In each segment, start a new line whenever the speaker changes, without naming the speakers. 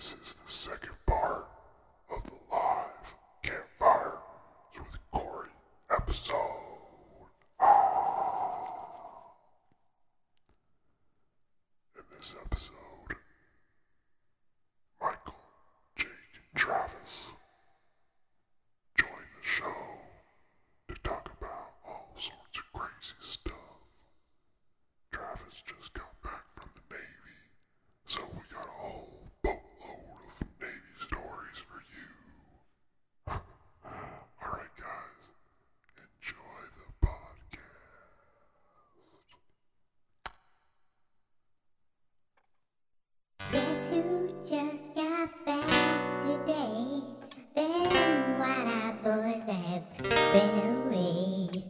second part of the live campfire with Corey episode. Ah. In this episode, Michael, Jake, and Travis join the show to talk about all sorts of crazy stuff. Travis just got back from the Navy, so we got a whole boatload of Navy stories for you. Alright, guys, enjoy the podcast.
Guess who just got back today? Them white-eyed boys that have been away.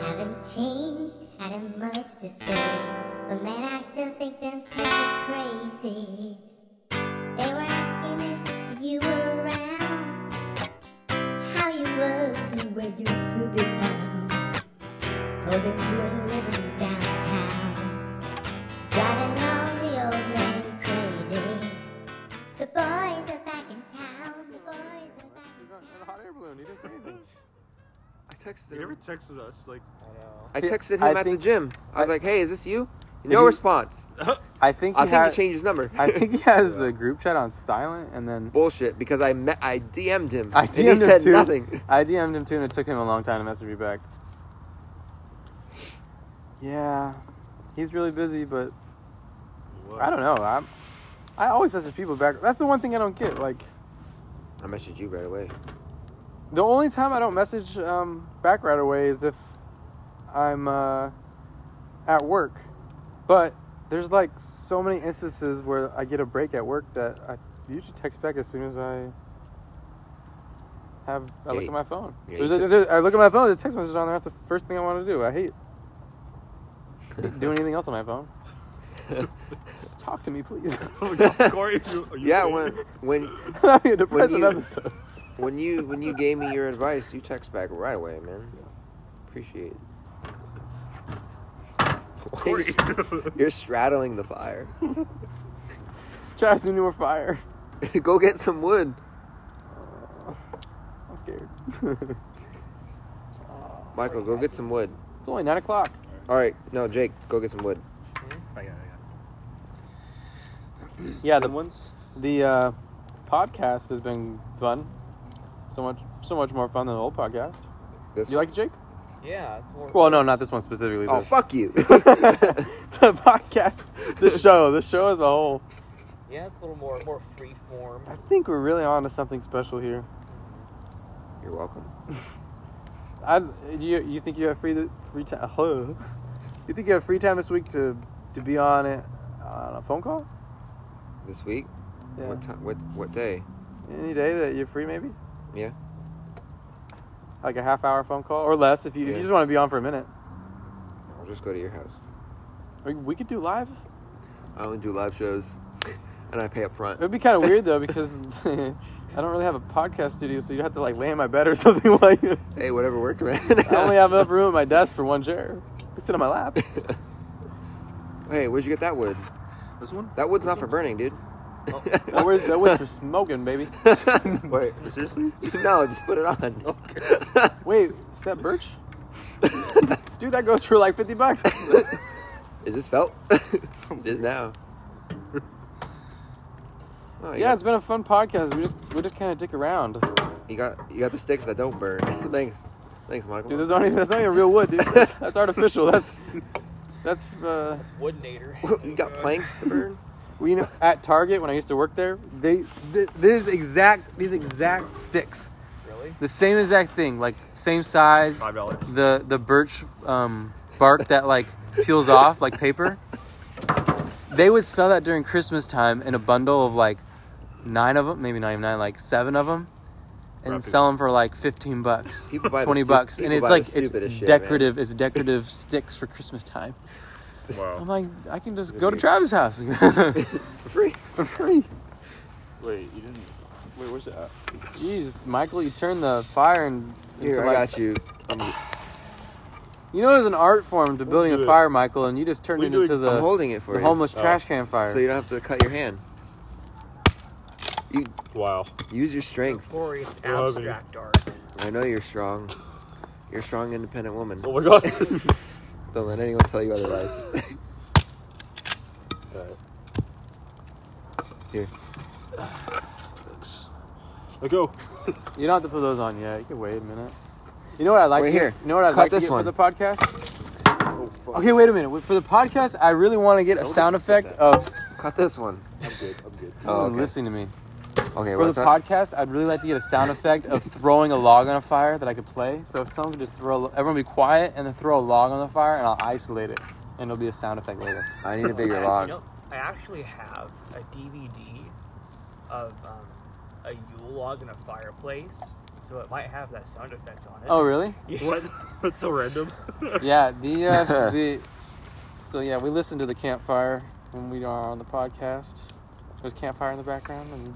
Haven't changed, hadn't much to say. But man, I still think them kids are crazy. They were asking if you were around, how you was and where you could be found. Told them you were living downtown. Driving all the old men crazy. The boys are back in town. The boys are back in
He's
town.
on in a hot air balloon. He didn't say anything.
I texted
He never
him.
texts us. Like,
I texted him
I
at
think-
the gym. I was like, "Hey, is this you?" No
he-
response.
I think he
I think
ha-
he changed his number.
I think he has the group chat on silent, and then
bullshit because I met, I DM'd him.
I
and
DM'd
he said
him too.
nothing.
I DM'd him too, and it took him a long time to message me back. Yeah, he's really busy, but I don't know. I'm, I always message people back. That's the one thing I don't get. Like,
I messaged you right away.
the only time I don't message um, back right away is if I'm uh, at work. But there's like so many instances where I get a break at work that I usually text back as soon as I have. I
Yeah,
look
you-
at my phone.
yeah,
There's
you
a-
could-
there's- I look at my phone. There's a text message on there. That's the first thing I want to do. I hate doing anything else on my phone. Just Talk to me, please.
Corey, you, are you
Yeah,
okay?
when when
That'd be a depressing
you-
episode.
when you when you gave me your advice, you text back right away, man. Appreciate it. Why are you-
Oh,
You're straddling the fire.
Try some newer fire.
Go get some wood.
I'm scared.
Michael, go get some wood.
It's only nine o'clock.
All right, no, Jake, go get some wood.
I got it, I
Yeah, the ones the uh, podcast has been fun. So much, so much more fun than the old podcast.
This
You like it, Jake?
Yeah.
Well, no, not this one specifically.
Oh,
but-
fuck you.
the podcast, the show, the show as a whole.
Yeah, it's a little more more free form.
I think we're really on to something special here.
You're welcome.
I, you, you think you have free free time? You think you have free time this week to to be on it on a phone call?
This week?
Yeah.
What time? What what day?
Any day that you're free, maybe.
Yeah.
Like a half hour phone call or less if you, if
Yeah.
you just want to be on for a minute.
I'll just go to your house.
Or we could do live
I only do live shows, and I pay up front.
It would be kind of weird though because I don't really have a podcast studio, so you'd have to like lay in my bed or something. Like I
Hey, whatever works, man.
only have enough room at my desk for one chair. I sit on my lap.
hey, where'd you get that wood?
got it. This one?
That wood's not for burning, dude.
That was that was for smoking, baby.
Wait,
Seriously?
no, just put it on.
Wait, is that birch? Dude, that goes for like fifty bucks.
Is this felt?
Oh,
it is now. Oh, you
yeah,
got-
it's been a fun podcast. We just we just kind of dick around.
you got you got the sticks that don't burn. thanks, thanks, Michael.
Dude, those aren't even that's not even real wood, dude. That's, that's artificial. That's that's uh,
Woodnator.
you got planks to burn.
we know at Target when I used to work there. They th- this exact these exact sticks.
Really?
The same exact thing, like same size.
Five dollars.
The the birch um, bark that like peels off like paper. They would sell that during Christmas time in a bundle of like nine of them, maybe not even nine, like seven of them, and
Right,
sell them for like fifteen bucks,
People buy the
twenty
stu-
bucks, and
people
it's
buy the
like it's
stupidest shit, man.
decorative. It's decorative sticks for Christmas time. I'm
Wow.
like, I can just go to Travis' house for
For free.
free.
Wait, you didn't. Wait, where's it at?
Jeez, Michael, you turned the fire and
Here,
into
I
like
got you.
You know, there's an art form to building
do
a
it.
fire, Michael, and you just turned
We
it
do Oh, it.
into
I'm
the,
holding it for
the
you.
homeless
Oh.
trash can fire.
So you don't have to cut your hand. You
Wow.
use your strength.
Glorious
Love you.
abstract art.
I know you're strong. You're a strong, independent woman.
Oh my god.
Don't let anyone tell you otherwise.
Alright.
Here.
Thanks. Let go.
You don't have to put those on yet. You can wait a minute. You know what I like
Wait
to
here.
Get, you know what I
Cut
like to
this
get
one.
for the podcast?
Oh fuck.
Okay, wait a minute. Wait, For the podcast, I really want to get a
Don't
sound
do that.
effect of
Cut this one.
I'm good. I'm good.
Oh, okay.
listening to me.
Okay,
For
what's
the
up?
podcast, I'd really like to get a sound effect of throwing a log on a fire that I could play. So if someone could just throw, everyone be quiet and then throw a log on the fire, and I'll isolate it, and it'll be a sound effect later.
I need a bigger
I,
log.
You know, I actually have a DVD of um, a Yule log in a fireplace, so it might have that sound effect on it.
Oh, really?
Yeah.
What? That's so random.
Yeah. The uh, the so yeah, we listen to the campfire when we are on the podcast. There's campfire in the background, and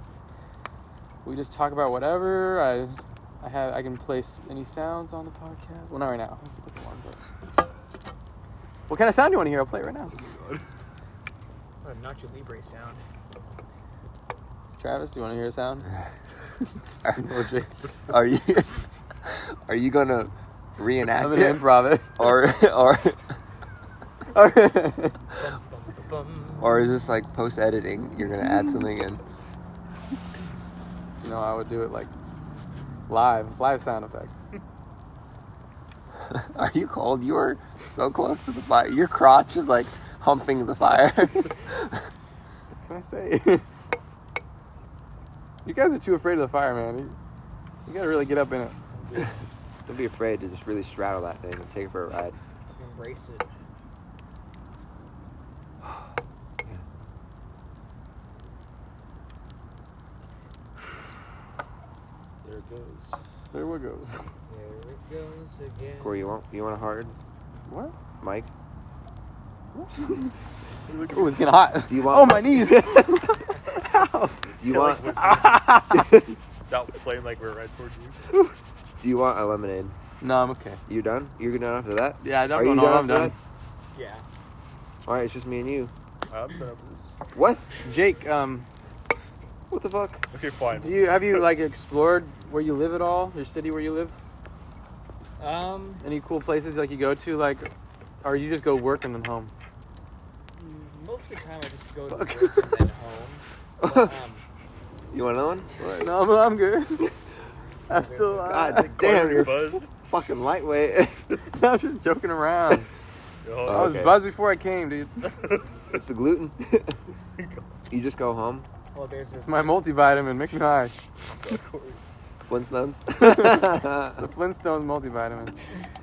we just talk about whatever. I I have I can place any sounds on the podcast. Well, not right now. There's a different one, but. What kind of sound do you want to hear? I'll play it right now.
A Nacho Libre sound.
Travis, do you want to hear a sound? or Jake?
Are you are you gonna reenact
I'm an
it
improv it.
or or
Bum, bum, bum, bum.
or is this like post editing? You're gonna add something in.
You know, I would do it like live, live sound effects.
Are you cold? You are so close to the fire. Your crotch is like humping the fire.
What can I say? you guys are too afraid of the fire, man. You, you gotta really get up in it.
Don't be afraid to just really straddle that thing and take it for a ride.
Embrace it.
There it goes.
There we goes.
There it goes again.
Corey, you want you want a hard
What?
mic?
Ooh, it's getting hot.
Do you want?
Oh my knees!
Do you want?
Not playing like we're right towards you.
Do you want a lemonade?
no, I'm okay.
You done? You're done after that?
Yeah, I'm
Are you
going on. I'm
after
done.
Yeah.
that? All right, it's just me and you.
I'm nervous.
What?
Jake, um,
What the fuck?
Okay, fine.
do you have you like explored where you live at all? Your city where you live?
Um,
Any cool places like you go to? Like, or you just go work and then home?
most of the time I just go to
Fuck.
work and then home. But, um,
You want another one?
No, I'm, I'm good. I'm still.
Oh, God damn,
Damn,
you're
you buzzed.
fucking lightweight.
I'm just joking around.
Oh,
I was
Okay.
buzzed before I came, dude.
it's the gluten. you just go home,
well, oh, there's this.
It's my multivitamin. Makes me high.
Flintstones.
The Flintstones multivitamin.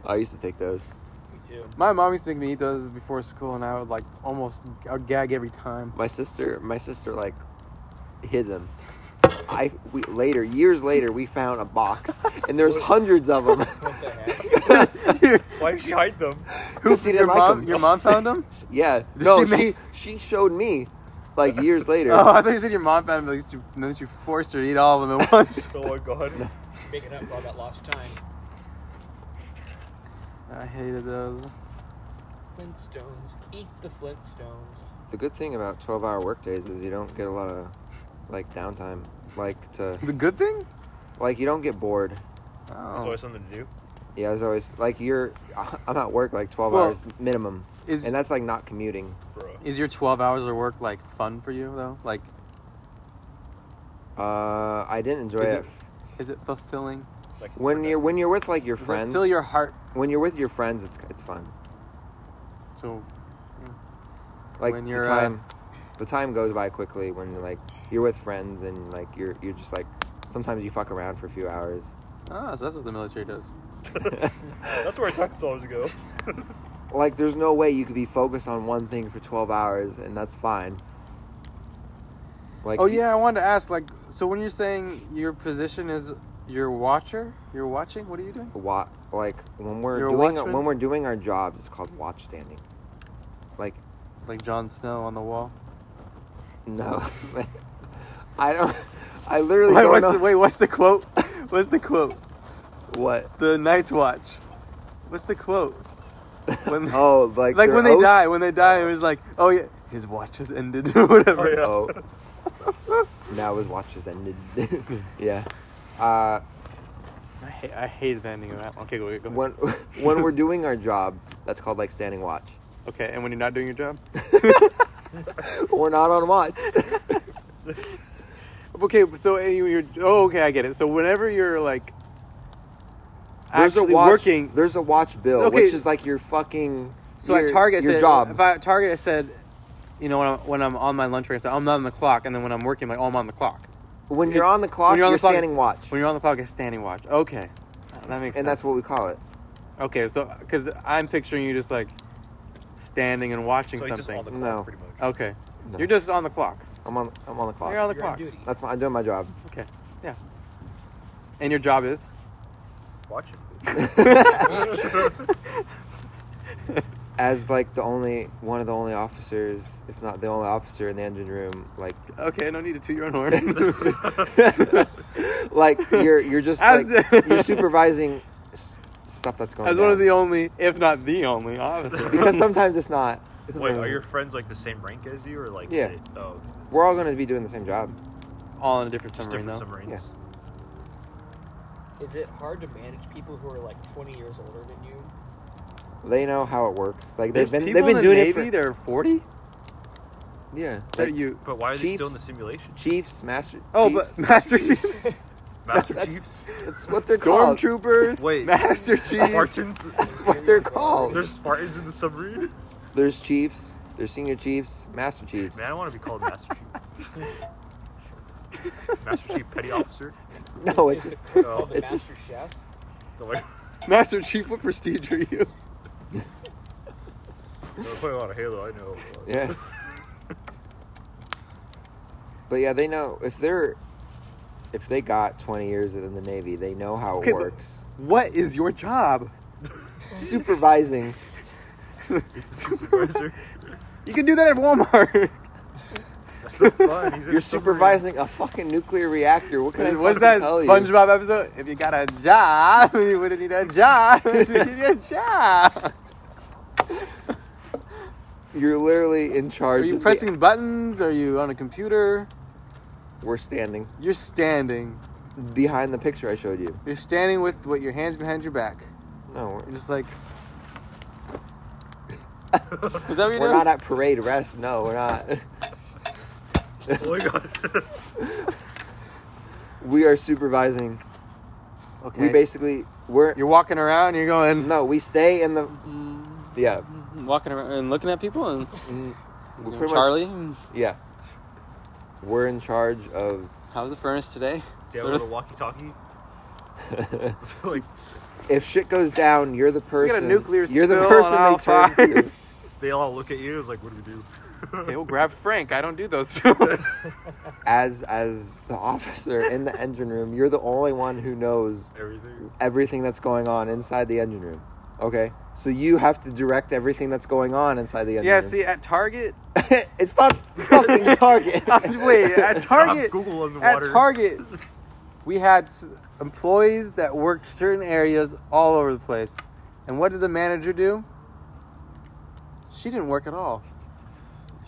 I used to take those.
Me too.
My mom used to make me eat those before school, and I would like almost I would gag every time.
My sister, my sister, like hid them. I we, later, years later, we found a box, and there's hundreds of them.
What the heck?
Why did you hide them?
Who she
your
didn't like
mom?
them.
Your mom found them?
Yeah.
Did
no,
she
she,
make-
she showed me, like years later.
Oh, I thought you said your mom found them. At least you, at least you forced her to eat all of them at once.
Oh my god.
Making up for all that lost time.
I hated those.
Flintstones. Eat the Flintstones.
The good thing about 12 hour work days is you don't get a lot of like downtime. Like to
The good thing?
like you don't get bored.
There's
Oh,
always something to do.
Yeah, it's always like you're I'm at work like 12
Well,
hours minimum.
is
and that's like not commuting.
Bro.
is your twelve hours of work like fun for you though? Like,
Uh I didn't enjoy
Is
it.
it- is it fulfilling?
Like
When you're when you're with like your
Does it
friends,
fill your heart?
when you're with your friends it's it's fun.
So
Like
When
the
you're, uh,
time the time goes by quickly when like you're with friends and like you're you're just like sometimes you fuck around for a few hours.
ah, so that's what the military does.
That's where I talked to always go.
like there's no way you could be focused on one thing for 12 hours and that's fine like
oh yeah, I wanted to ask. Like, so when you're saying your position is your watcher, you're watching. What are you doing?
wa- like when we're
You're a
doing
watchman?
when we're doing our jobs it's called watch standing like
Like Jon Snow on the wall.
no i don't i literally
Wait,
don't
what's
know
the, wait, what's the quote? What's the quote?
what
The Night's Watch. What's the quote? When
oh like
like
their
when they
oath?
die, when they die, it was like, oh yeah, his watch has ended or whatever.
Oh, yeah.
oh now his watch has ended. yeah. Uh,
I hate, I hate the ending of that. Okay, go, go ahead.
when when we're doing our job, that's called like standing watch.
Okay, and when you're not doing your job?
We're not on watch.
Okay, so uh, you- you're. Oh, okay, I get it. So whenever you're like
There's a
actually
watch.
working,
There's a watch bill,
Okay.
which is like your fucking.
So
your,
at Target,
your
said,
job.
If I, at Target, I said, you know, when I'm, when I'm on my lunch break, I said, I'm not on the clock, and then when I'm working, like, oh, I'm on the clock.
when you're on the clock,
when
you're,
you're on the clock-
standing watch,
When you're on the clock, it's standing watch. Okay, that makes sense.
and that's what we call it.
Okay, so because I'm picturing you just like standing and watching
So he's just
something.
on the clock,
No.
pretty much.
okay,
No.
you're just on the clock.
I'm on. I'm on the clock.
You're on the
You're on
clock,
duty.
That's my. I'm doing my job.
and your job is.
Watch it.
As like the only one of the only officers, if not the only officer in the engine room, like
Okay, no need to toot your own horn.
like you're you're just
As
like,
the-
you're supervising s- stuff that's going.
As one of
down.
the only, if not the only, officer.
because sometimes it's not. It's
Wait,
amazing.
are your friends like the same rank as you, or like?
Yeah.
did- Oh, okay.
We're all going to be doing the same job.
all in a different
just
submarine,
different
though.
submarines.
Is it hard to manage people who are like 20 years older than you?
They know how it works. Like
There's
they've been
people
they've been
in the
doing
Navy.
it.
They're forty.
For, yeah.
That
like
you?
But why are they still in the
Chiefs?
simulation?
Chiefs, master.
Oh,
chiefs,
but Master Chiefs,
Master Chiefs,
That's what they're called.
Stormtroopers,
Wait.
Master Chiefs.
Spartans.
That's what they're called.
There's Spartans in the submarine.
There's chiefs. There's senior chiefs, master chiefs.
Man, I want to be called Master Chief. Master Chief Petty Officer.
No, it's
Is
just
it called the
it's just-
master chef?
Don't worry.
Master Chief, what prestige are you?
I play a lot of Halo. I know.
yeah. But yeah, they know if they're if they got 20 years in the Navy, they know how it
Okay, but-
works.
What is your job?
Supervising.
He's a supervisor.
You can do that at Walmart.
That's not fun. He's in
You're
a submarine.
supervising a fucking nuclear reactor. What can I
What's
fucking
that
tell you?
SpongeBob episode? If you got a job, you wouldn't need a job. you need a job.
You're literally in charge.
Are you
of the-
pressing buttons? Are you on a computer?
We're standing
You're standing.
behind the picture I showed you.
You're standing with what your hands behind your back.
No, we're,
You're just like. Is that what you're
we're
doing?
not at parade rest. No, we're not.
Oh my god.
We are supervising.
okay.
We basically we're
you're walking around. You're going.
no. We stay in the yeah.
Walking around and looking at people and
We're pretty much- yeah. We're in charge of.
how's the furnace today?
Damn, with a walkie-talkie. like
If shit goes down, you're the person.
nuclear
You're the
spill
person
on
they
aisle
turn to.
they all look at you. It's like, what do we do?
Okay, we'll grab Frank. I don't do those films.
As as the officer in the engine room, you're the only one who knows
Everything.
everything that's going on inside the engine room. Okay, so you have to direct everything that's going on inside the engine
yeah,
room.
see, at Target.
it's not fucking Target.
I'm- Wait, at
Drop
Target.
Google on the
At
water.
Target, we had s- employees that worked certain areas all over the place. And what did the manager do? She didn't work at all.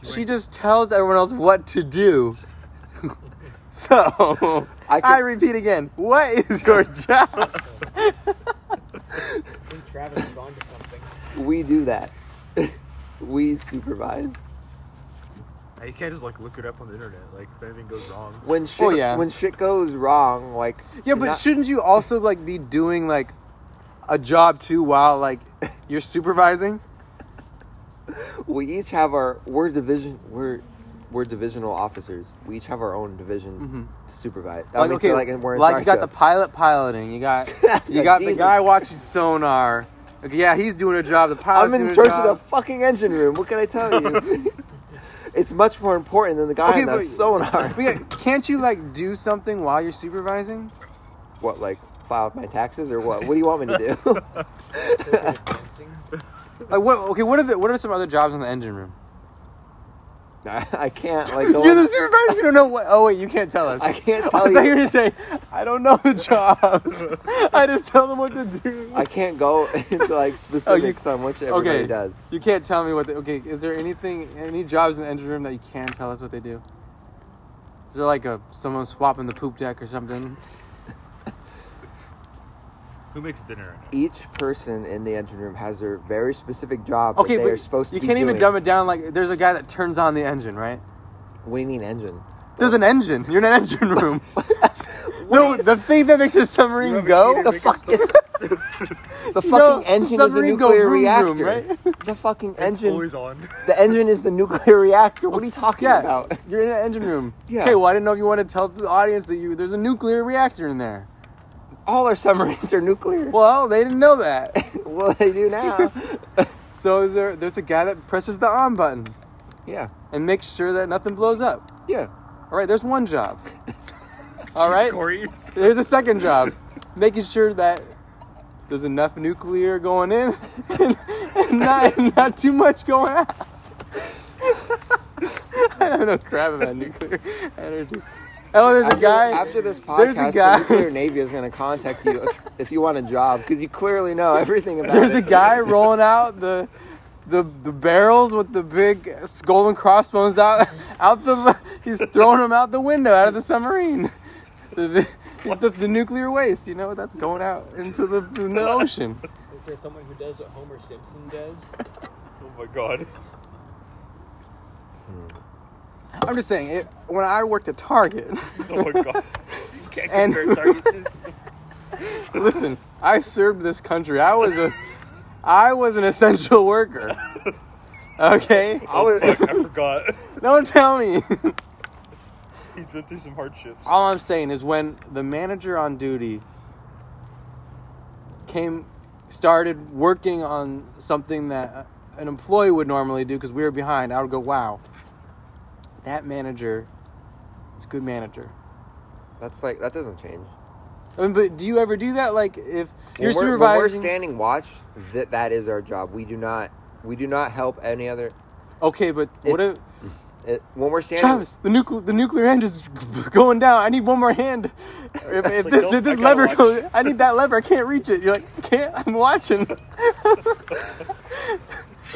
She
She
went-
just tells everyone else what to do. so,
I could-
I repeat again what is your job?
I think Travis is onto something.
we do that. we supervise.
Hey, You can't just like look it up on the internet. Like if anything goes wrong.
When shit,
Oh, yeah.
when shit goes wrong, like
Yeah, but
not-
shouldn't you also like be doing like a job too while like you're supervising?
we each have our we're division we're we're divisional officers. We each have our own division to supervise.
Mm-hmm.
I
Like,
mean,
okay,
to, like and we're in
like you got
charge
the
of.
pilot piloting, you got you got the
Jesus.
guy watching sonar. Okay, yeah, he's doing a job. The pilot's
I'm in
doing a
charge of the
job.
fucking engine room. What can I tell you? it's much more important than the guy
Okay,
in the
but-
sonar.
But yeah, can't you like do something while you're supervising?
what like file my taxes or what? What do you want me to do?
Corporate advancing.
Like what? Okay, what are the what are some other jobs in the engine room?
I, I can't like go.
You're the supervisor. You don't know what? Oh wait, you can't tell us.
I can't
I
tell
thought you were
you.
gonna say, I don't know the jobs. I just tell them what to do.
I can't go into like specifics on which everybody
okay.
does.
You can't tell me what they. Okay, is there anything, any jobs in the engine room that you can tell us what they do? Is there like a someone swapping the poop deck or something?
Who makes dinner? right now?
Each person in the engine room has their very specific job.
Okay,
that they
but
are supposed to
you
be
can't even
doing.
dumb it down. Like there's a guy that turns on the engine, right?
What do you mean engine?
There's an engine. You're in an engine room. no, the thing that makes a submarine go.
The fuck is the fucking
No,
engine is a
submarine go
nuclear
vroom,
reactor?
vroom, right?
The fucking
It's
engine.
always on.
The engine is the nuclear reactor. What are you talking
Yeah,
about?
you're in an engine room.
Yeah.
Okay, well I didn't know if you want to tell the audience that you there's a nuclear reactor in there.
All our submarines are nuclear.
Well, they didn't know that.
well, they do now.
So is there, there's a guy that presses the on button
yeah,
and makes sure that nothing blows up.
yeah.
All right, there's one job. All right,
Corey.
there's a second job, making sure that there's enough nuclear going in and, and not and not too much going out. I don't know crap about nuclear energy. Oh, there's
After,
a guy.
after this
there's a
podcast,
guy-
the nuclear navy is going to contact you if, if you want a job because you clearly know everything about
There's a
it.
guy rolling out the the the barrels with the big skull and crossbones out out the he's throwing them out the window out of the submarine. The, the, it's- that's the nuclear waste, you know, that's going out into the, in the ocean.
Is there someone who does what Homer Simpson does?
Oh my god.
I'm just saying, it, when I worked at Target,
Oh my god. You can't
And-
compare targets.
listen, I served this country. I was a I was an essential worker. Okay?
I was,
Fuck, I forgot.
Don't tell me.
He's been through some hardships.
All I'm saying is when the manager on duty came, started working on something that an employee would normally do because we were behind, I would go, wow, that manager is a good manager.
that's like that doesn't change.
I mean, but do you ever do that? Like if
When
you're
we're, when we're
supervising,
standing watch, that that is our job. We do not we do not help any other.
okay, but what if
It's- It, when we're standing,
Travis, the nuclear the nuclear engine's going down. I need one more hand. If, if
like,
this
nope,
if this
I gotta
lever
watch.
goes, I need that lever. I can't reach it. You're like, I can't. I'm watching.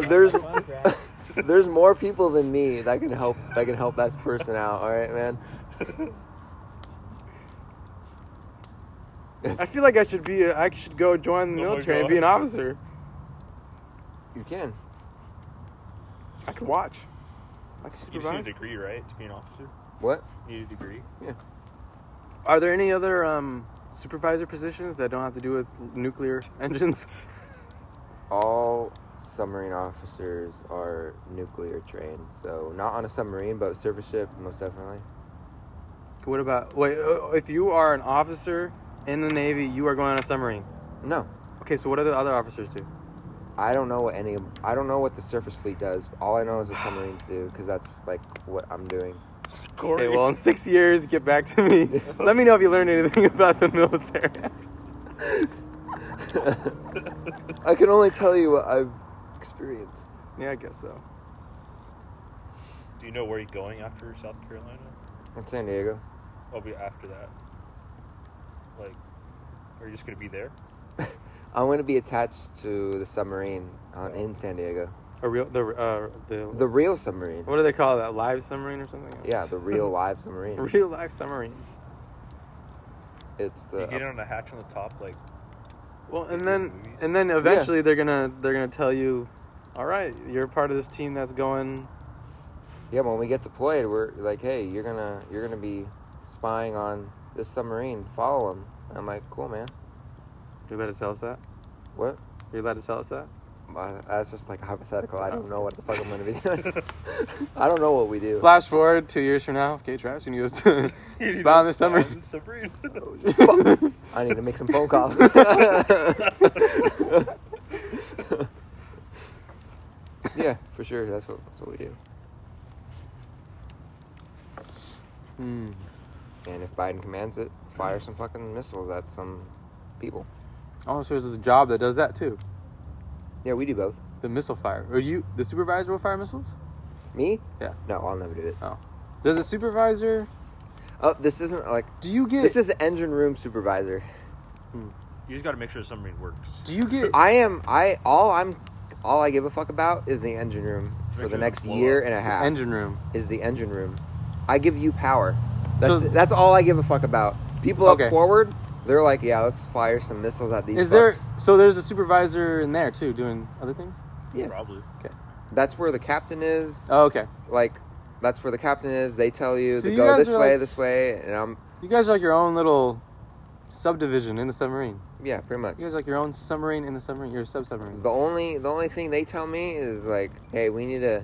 there's
Contract.
there's more people than me that can help that can help that person out. All right, man.
I feel like I should be. A, I should go join the
Oh my
military and
God.
be an officer.
You can.
I could watch. I could
You just need a
supervise.
degree, right? To be an officer?
What?
You need a degree?
Are there any other um, supervisor positions that don't have to do with nuclear engines?
All submarine officers are nuclear trained, so not on a submarine, but surface ship, most definitely.
What about wait? uh, If you are an officer in the Navy, you are going on a submarine.
No,
Okay, so what do the other officers do?
I don't know what any. I don't know what the surface fleet does. All I know is what submarines do, because that's like what I'm doing.
Corey.
Okay, well, in six years, get back to me. Let me know if you learned anything about the military.
I can only tell you what I've experienced.
yeah, I guess so.
Do you know where you're going after South Carolina?
In San Diego.
I'll be after that. Like, are you just gonna be there?
I want to be attached to the submarine on, in San Diego.
A real the uh, the,
The real submarine.
what do they call that? Live submarine or something?
Yeah, the real live submarine.
real life submarine.
It's
Do you get
uh,
the.
on the hatch on the top, like
Well,
Like
and
in
then
movies?
and then eventually they're gonna they're gonna tell you, all right, you're part of this team that's going.
Yeah, when we get deployed, we're like, hey, you're gonna you're gonna be spying on this submarine. Follow him. I'm like, cool, man.
You're allowed to tell us that.
What?
You're allowed to tell us that.
Uh, That's just like hypothetical. I don't know what the fuck I'm gonna be doing. I don't know what we do.
Flash forward two years from now, okay, Travis, you need to
you
spy on
know,
the submarine.
the submarine.
I need to make some phone calls. yeah, for sure. That's what that's what we do.
Hmm.
And if Biden commands it, fire some fucking missiles at some people.
Oh, so there's a job that does that too.
Yeah, we do both.
The missile fire. Or you, the supervisor will fire missiles.
Me?
Yeah.
No, I'll never do it.
Does the supervisor?
Oh, this isn't like
Do you get?
this is engine room supervisor.
you just gotta make sure the submarine works.
do you get?
I am I all I'm all I give a fuck about is the engine room
Make
for
sure
the
it
next
blow
year
up.
and a half.
Engine room.
is the engine room. I give you power. That's
So-
that's all I give a fuck about. People up
Okay.
forward, they're like, yeah, let's fire some missiles at these.
Is there
fucks.
so there's a supervisor in there too doing other things?
Yeah.
Probably.
That's where the captain is.
Oh, okay.
Like, that's where the captain is. They tell you
So
to
you
go
guys
this
are
way,
like-
this way, and I'm
You guys are like your own little subdivision in the submarine.
yeah, pretty much.
You guys are like your own submarine in the submarine, your sub submarine.
The only the only thing they tell me is like, hey, we need to,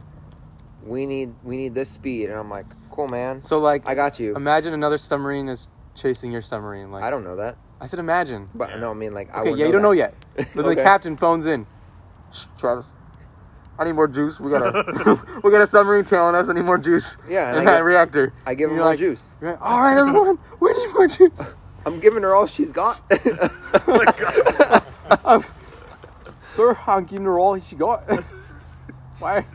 we need we need this speed, and I'm like, cool, man,
So like,
I got you.
imagine another submarine is chasing your submarine. Like
I don't know that,
I said, imagine.
but
Yeah.
no, I mean like, I
okay,
would
yeah, you don't know yet.
that.
But
Okay.
the captain phones in. Shh, Travis, I need more juice. We got a we got a submarine telling us I need more juice
Yeah, and
in
I
that
get-
reactor.
I give
And
him
you're
my
like-
juice.
You're like, all right, everyone, we need more juice.
I'm giving her all she's got.
Oh
Sir, I'm giving her all she got. why,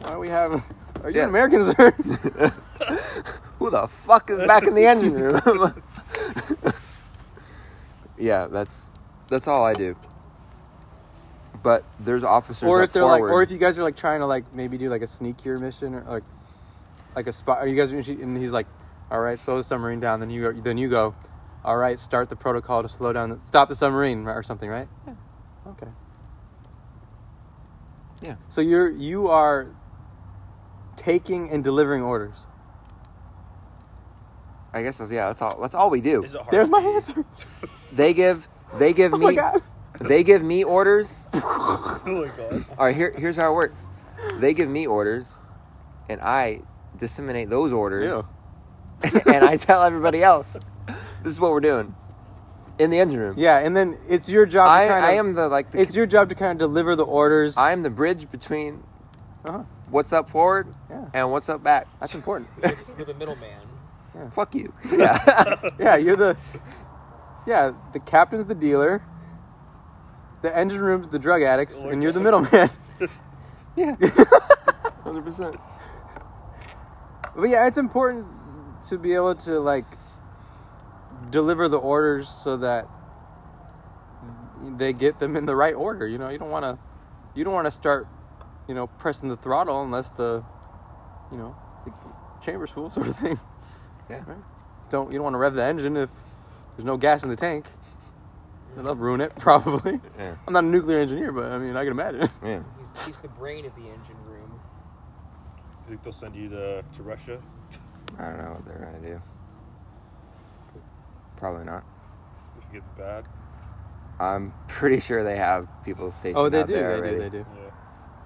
why we have? Are you
Yeah.
an American, sir?
Who the fuck is back in the engine room? yeah, that's that's all I do. But there's officers
or
up
if they're
forward.
like, or if you guys are like trying to like maybe do like a sneakier mission or like, like a spot. Are you guys? And he's like, all right, slow the submarine down. Then you go, then you go, all right, start the protocol to slow down, the- stop the submarine right, or something, right? Yeah. Okay.
Yeah.
So you're you are taking and delivering orders.
I guess that's yeah. That's all. That's all we do.
Is it hard
There's
to
my
believe?
answer.
They give they give
Oh
me
my god.
they give me orders.
Oh my god.
All right, here here's how it works. They give me orders, and I disseminate those orders, and I tell everybody else, this is what we're doing in the engine room.
Yeah, and then it's your job.
I,
to kind
I
of,
am the like the
It's your job to kind of deliver the orders.
I'm the bridge between
Uh-huh.
what's up forward
Yeah.
and what's up back.
That's important.
You're the middleman.
Fuck you. Yeah.
yeah, you're the. Yeah, the captain's the dealer. The engine room's the drug addicts,
Oh my
and you're the
God.
middleman.
yeah. 100%.
But yeah, it's important to be able to like deliver the orders so that they get them in the right order. You know, you don't want to you don't want to start you know pressing the throttle unless the you know the chamber's full, sort of thing.
Yeah.
Right? Don't you don't want to rev the engine if there's no gas in the tank. That'll ruin it, probably.
Yeah.
I'm not a nuclear engineer, but I mean, I can imagine.
Yeah.
He's, he's the brain of the engine room.
You think they'll send you to, to Russia?
I don't know what they're going to do. Probably not.
If it gets bad?
I'm pretty sure they have people stationed
Oh, they
out
do,
there
they
already,
do, they do.
Yeah.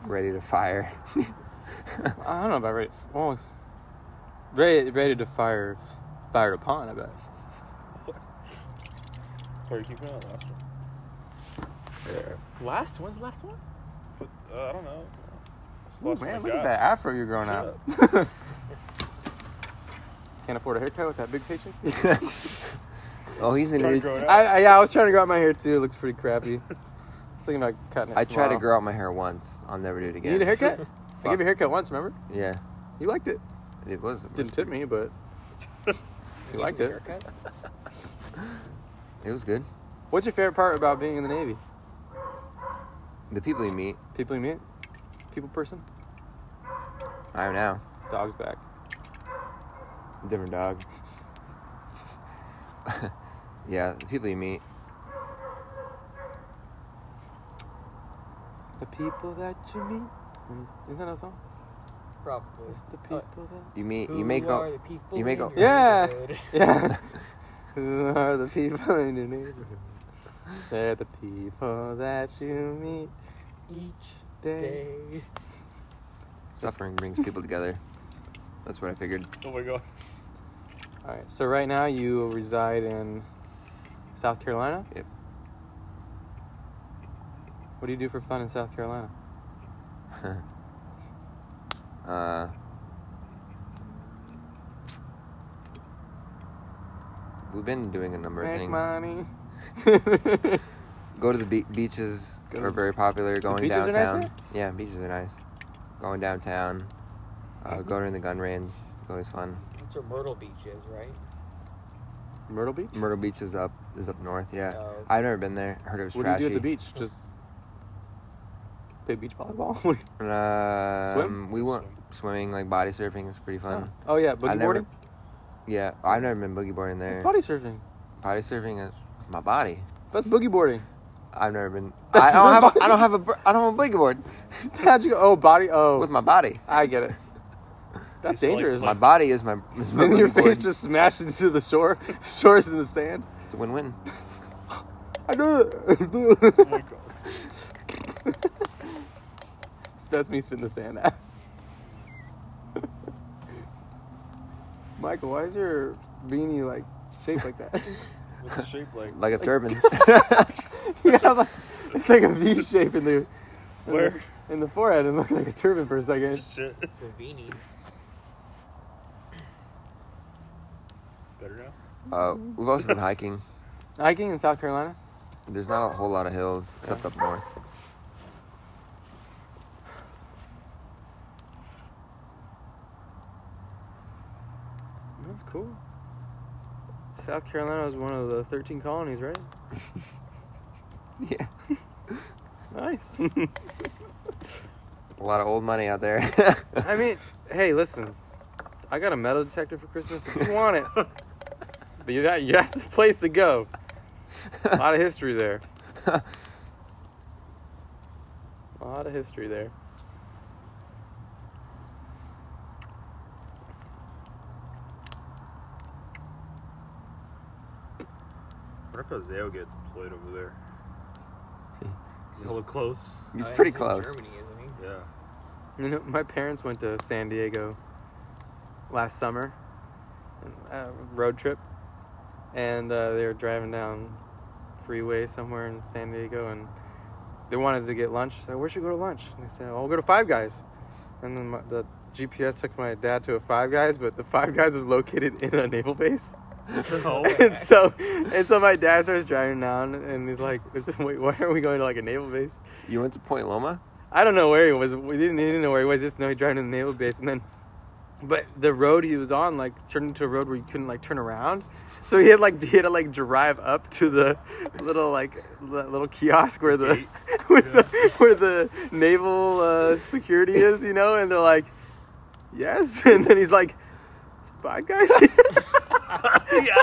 ready to fire.
I don't know about ready. Well, ready, ready to fire, fired upon. I bet.
Corey, keep going on the last one.
Last one's the last one.
But, uh, I don't know. That's the
Ooh,
last one I
man, look
got.
at that afro you're growing
Shut
out. Can't afford a haircut with that big paycheck.
oh, he's an
Trying to
idiot.
grow it out.
I, I yeah, I was trying to grow out my hair too. It looks pretty crappy. I was thinking about cutting it.
I tried to
tomorrow.
grow out my hair once. I'll never do it
You
again.
need a haircut? I
Fuck.
gave you a haircut once. Remember?
Yeah.
You liked it.
It was.
Didn't tip me, but you liked it.
It was good.
What's your favorite part about being in the Navy?
The people you meet,
People you meet, people person,
I don't know.
dog's back.
Different dog. yeah, the people you meet.
The people that you meet. Mm-hmm. Isn't that a song?
Probably. Uh,
It's the people that.
You meet.
Who
You make
are
up.
the people
you make
in
a-
your
Yeah.
neighborhood?
Yeah. Who are the people in your neighborhood? They're the people that you meet each day.
Day.
Suffering brings people together. That's what I figured.
Oh my god.
All right. So right now you reside in South Carolina.
Yep.
What do you do for fun in South Carolina?
Uh, we've been doing a number of
Make
things.
money.
Go to the be- beaches.
Go to
are
the-
very popular. Going
beaches are nice
downtown.
there?
Yeah, beaches are nice. Going downtown. Uh, going to the gun range. It's always fun.
That's where Myrtle Beach is, right?
Myrtle Beach.
Myrtle Beach is up is up north. Yeah,
Oh.
I've never been there. I heard it was
What do you do
trashy.
at the beach? Just play beach volleyball.
Um,
Swim?
We went swimming, like body surfing. It's pretty fun.
oh yeah, boogie
I Uh, never-
boarding.
Yeah, I've never been boogie boarding there.
It's body surfing.
Body surfing is my body.
That's boogie boarding.
I've never been. I
That's
don't
my
have.
body.
A, I don't have a. br- I don't have a boogie board
How'd you go? Oh, body. Oh,
with my body.
I get it. That's dangerous.
My body is my. Is my
and your
boogie
face
board.
just smashed into the shore, shores in the sand.
It's a win-win.
I know it.
my God.
That's me spitting the sand out. Michael, why is your beanie like shaped like that?
What's the shape like?
Like a turban.
yeah, like, it's like a V shape in the in the-
Where?
in the forehead and looked like a turban for a second.
Shit.
It's a beanie.
Better now.
uh, we've also been hiking.
Hiking in South Carolina.
There's not a whole lot of hills except up north.
That's cool. South Carolina was one of the 13 colonies, right?
Yeah,
Nice.
a lot of old money out there.
I mean, hey, listen. I got a metal detector for Christmas. If you want it, but you got, you- that's the place to go. A lot of history there. A lot of history there.
I wonder if Isaiah will get deployed over there. He's hella close.
He's
Oh, yeah,
pretty
in
close.
Germany, isn't he?
Yeah.
You know, my parents went to San Diego last summer, uh, road trip, and uh, they were driving down freeway somewhere in San Diego, and they wanted to get lunch. So where should we go to lunch? And they said, "Oh, "Well, we'll go to Five Guys." And then my, the GPS took my dad to a Five Guys, but the Five Guys was located in a naval base.
oh,
and so, and so my dad starts driving down, and he's like, "Wait, why are we going to like a naval base?"
You went to Point Loma.
I don't know where he was. We didn't, he didn't know where he was. Just know he driving to the naval base, and then, but the road he was on like turned into a road where you couldn't like turn around, so he had like he had to like drive up to the little like li- little kiosk where the where, the, where the naval uh, security is, you know, and they're like, yes, and then he's like, it's five guys.
he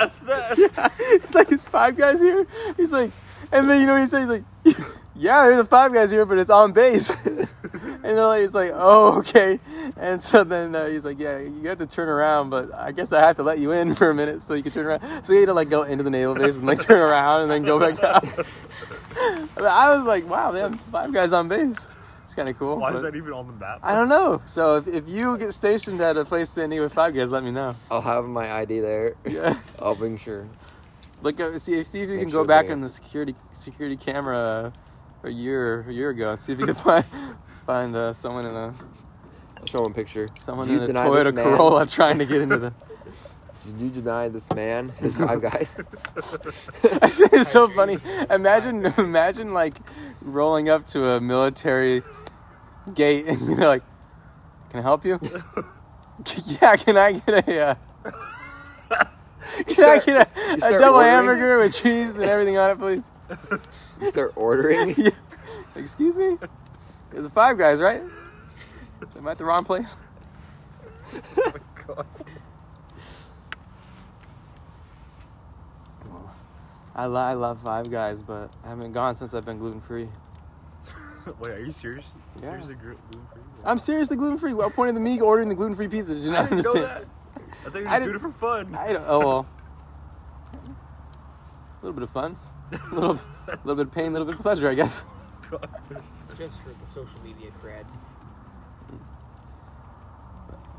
asked that.
yeah. He's like, it's five guys here. He's like, and then you know what he says? He's like, yeah, there's the five guys here, but it's on base. and they're like, he's like, oh, okay. And so then uh, he's like, yeah, you have to turn around, but I guess I have to let you in for a minute so you can turn around. So he had to like go into the naval base and like turn around and then go back out. But I was like, wow, they have five guys on base. It's kind of cool.
Why is
but-
that even on the map?
I don't know. So if, if you get stationed at a place San Diego with five guys, let me know.
I'll have my ID there.
Yes.
I'll bring sure.
Look, uh, see, see if you
Make
can
sure
go back
they-
on the security security camera a year a year ago. See if you can find find uh, someone in a
I'll show him a picture.
someone
you
in a
deny this
Toyota
man-
Corolla trying to get into the.
Did you deny this man his five guys?
it's so funny. Imagine imagine like rolling up to a military gate and you're like, "Can I help you? yeah, can I get a?" Uh, can
start-
I get a,
you
a
start
double
ordering?
hamburger with cheese and everything on it, please?
You start ordering.
Yeah. Excuse me? There's a Five Guys, right? Am I at the wrong place?
Oh my God.
I, lo- I love Five Guys, but I haven't gone since I've been gluten free.
Wait, are you serious?
Yeah.
Seriously, gr- gluten free?
I'm seriously gluten free. What point of the me ordering the gluten free pizza? Did you
I
not
didn't know
understand?
that. I think
I
we do it
didn't-
for fun.
I don't. Oh well. A little bit of fun, a little, little bit of pain, a little bit of pleasure, I guess.
It's just for the social media cred.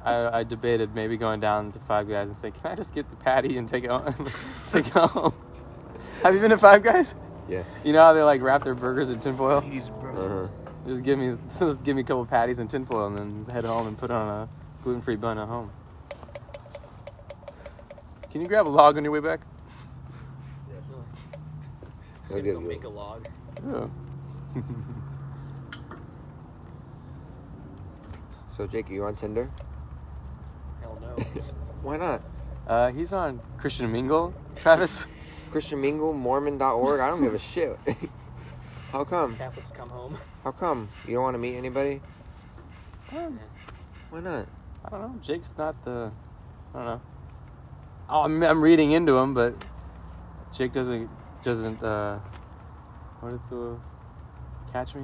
I, I debated maybe going down to Five Guys and say, "Can I just get the patty and take it home?" take it home. Have you been to Five Guys?
Yeah.
You know how they like wrap their burgers in tinfoil.
Uh-huh.
Just give me just give me a couple patties and tinfoil and then head home and put on a gluten free bun at home. Can you grab a log on your way back?
No, it's
I'll
gonna
get
go
you.
make a log.
Yeah.
So Jake, are you on Tinder?
Hell no.
Why not?
Uh, he's on Christian Mingle, Travis.
Christian Mingle, Mormon.org. I don't give a shit. How come?
Catholics come home.
How come? You don't want to meet anybody?
Um,
Why not?
I don't know. Jake's not the. I don't know. Oh, I'm, I'm reading into him, but Jake doesn't doesn't uh, what is the catch me?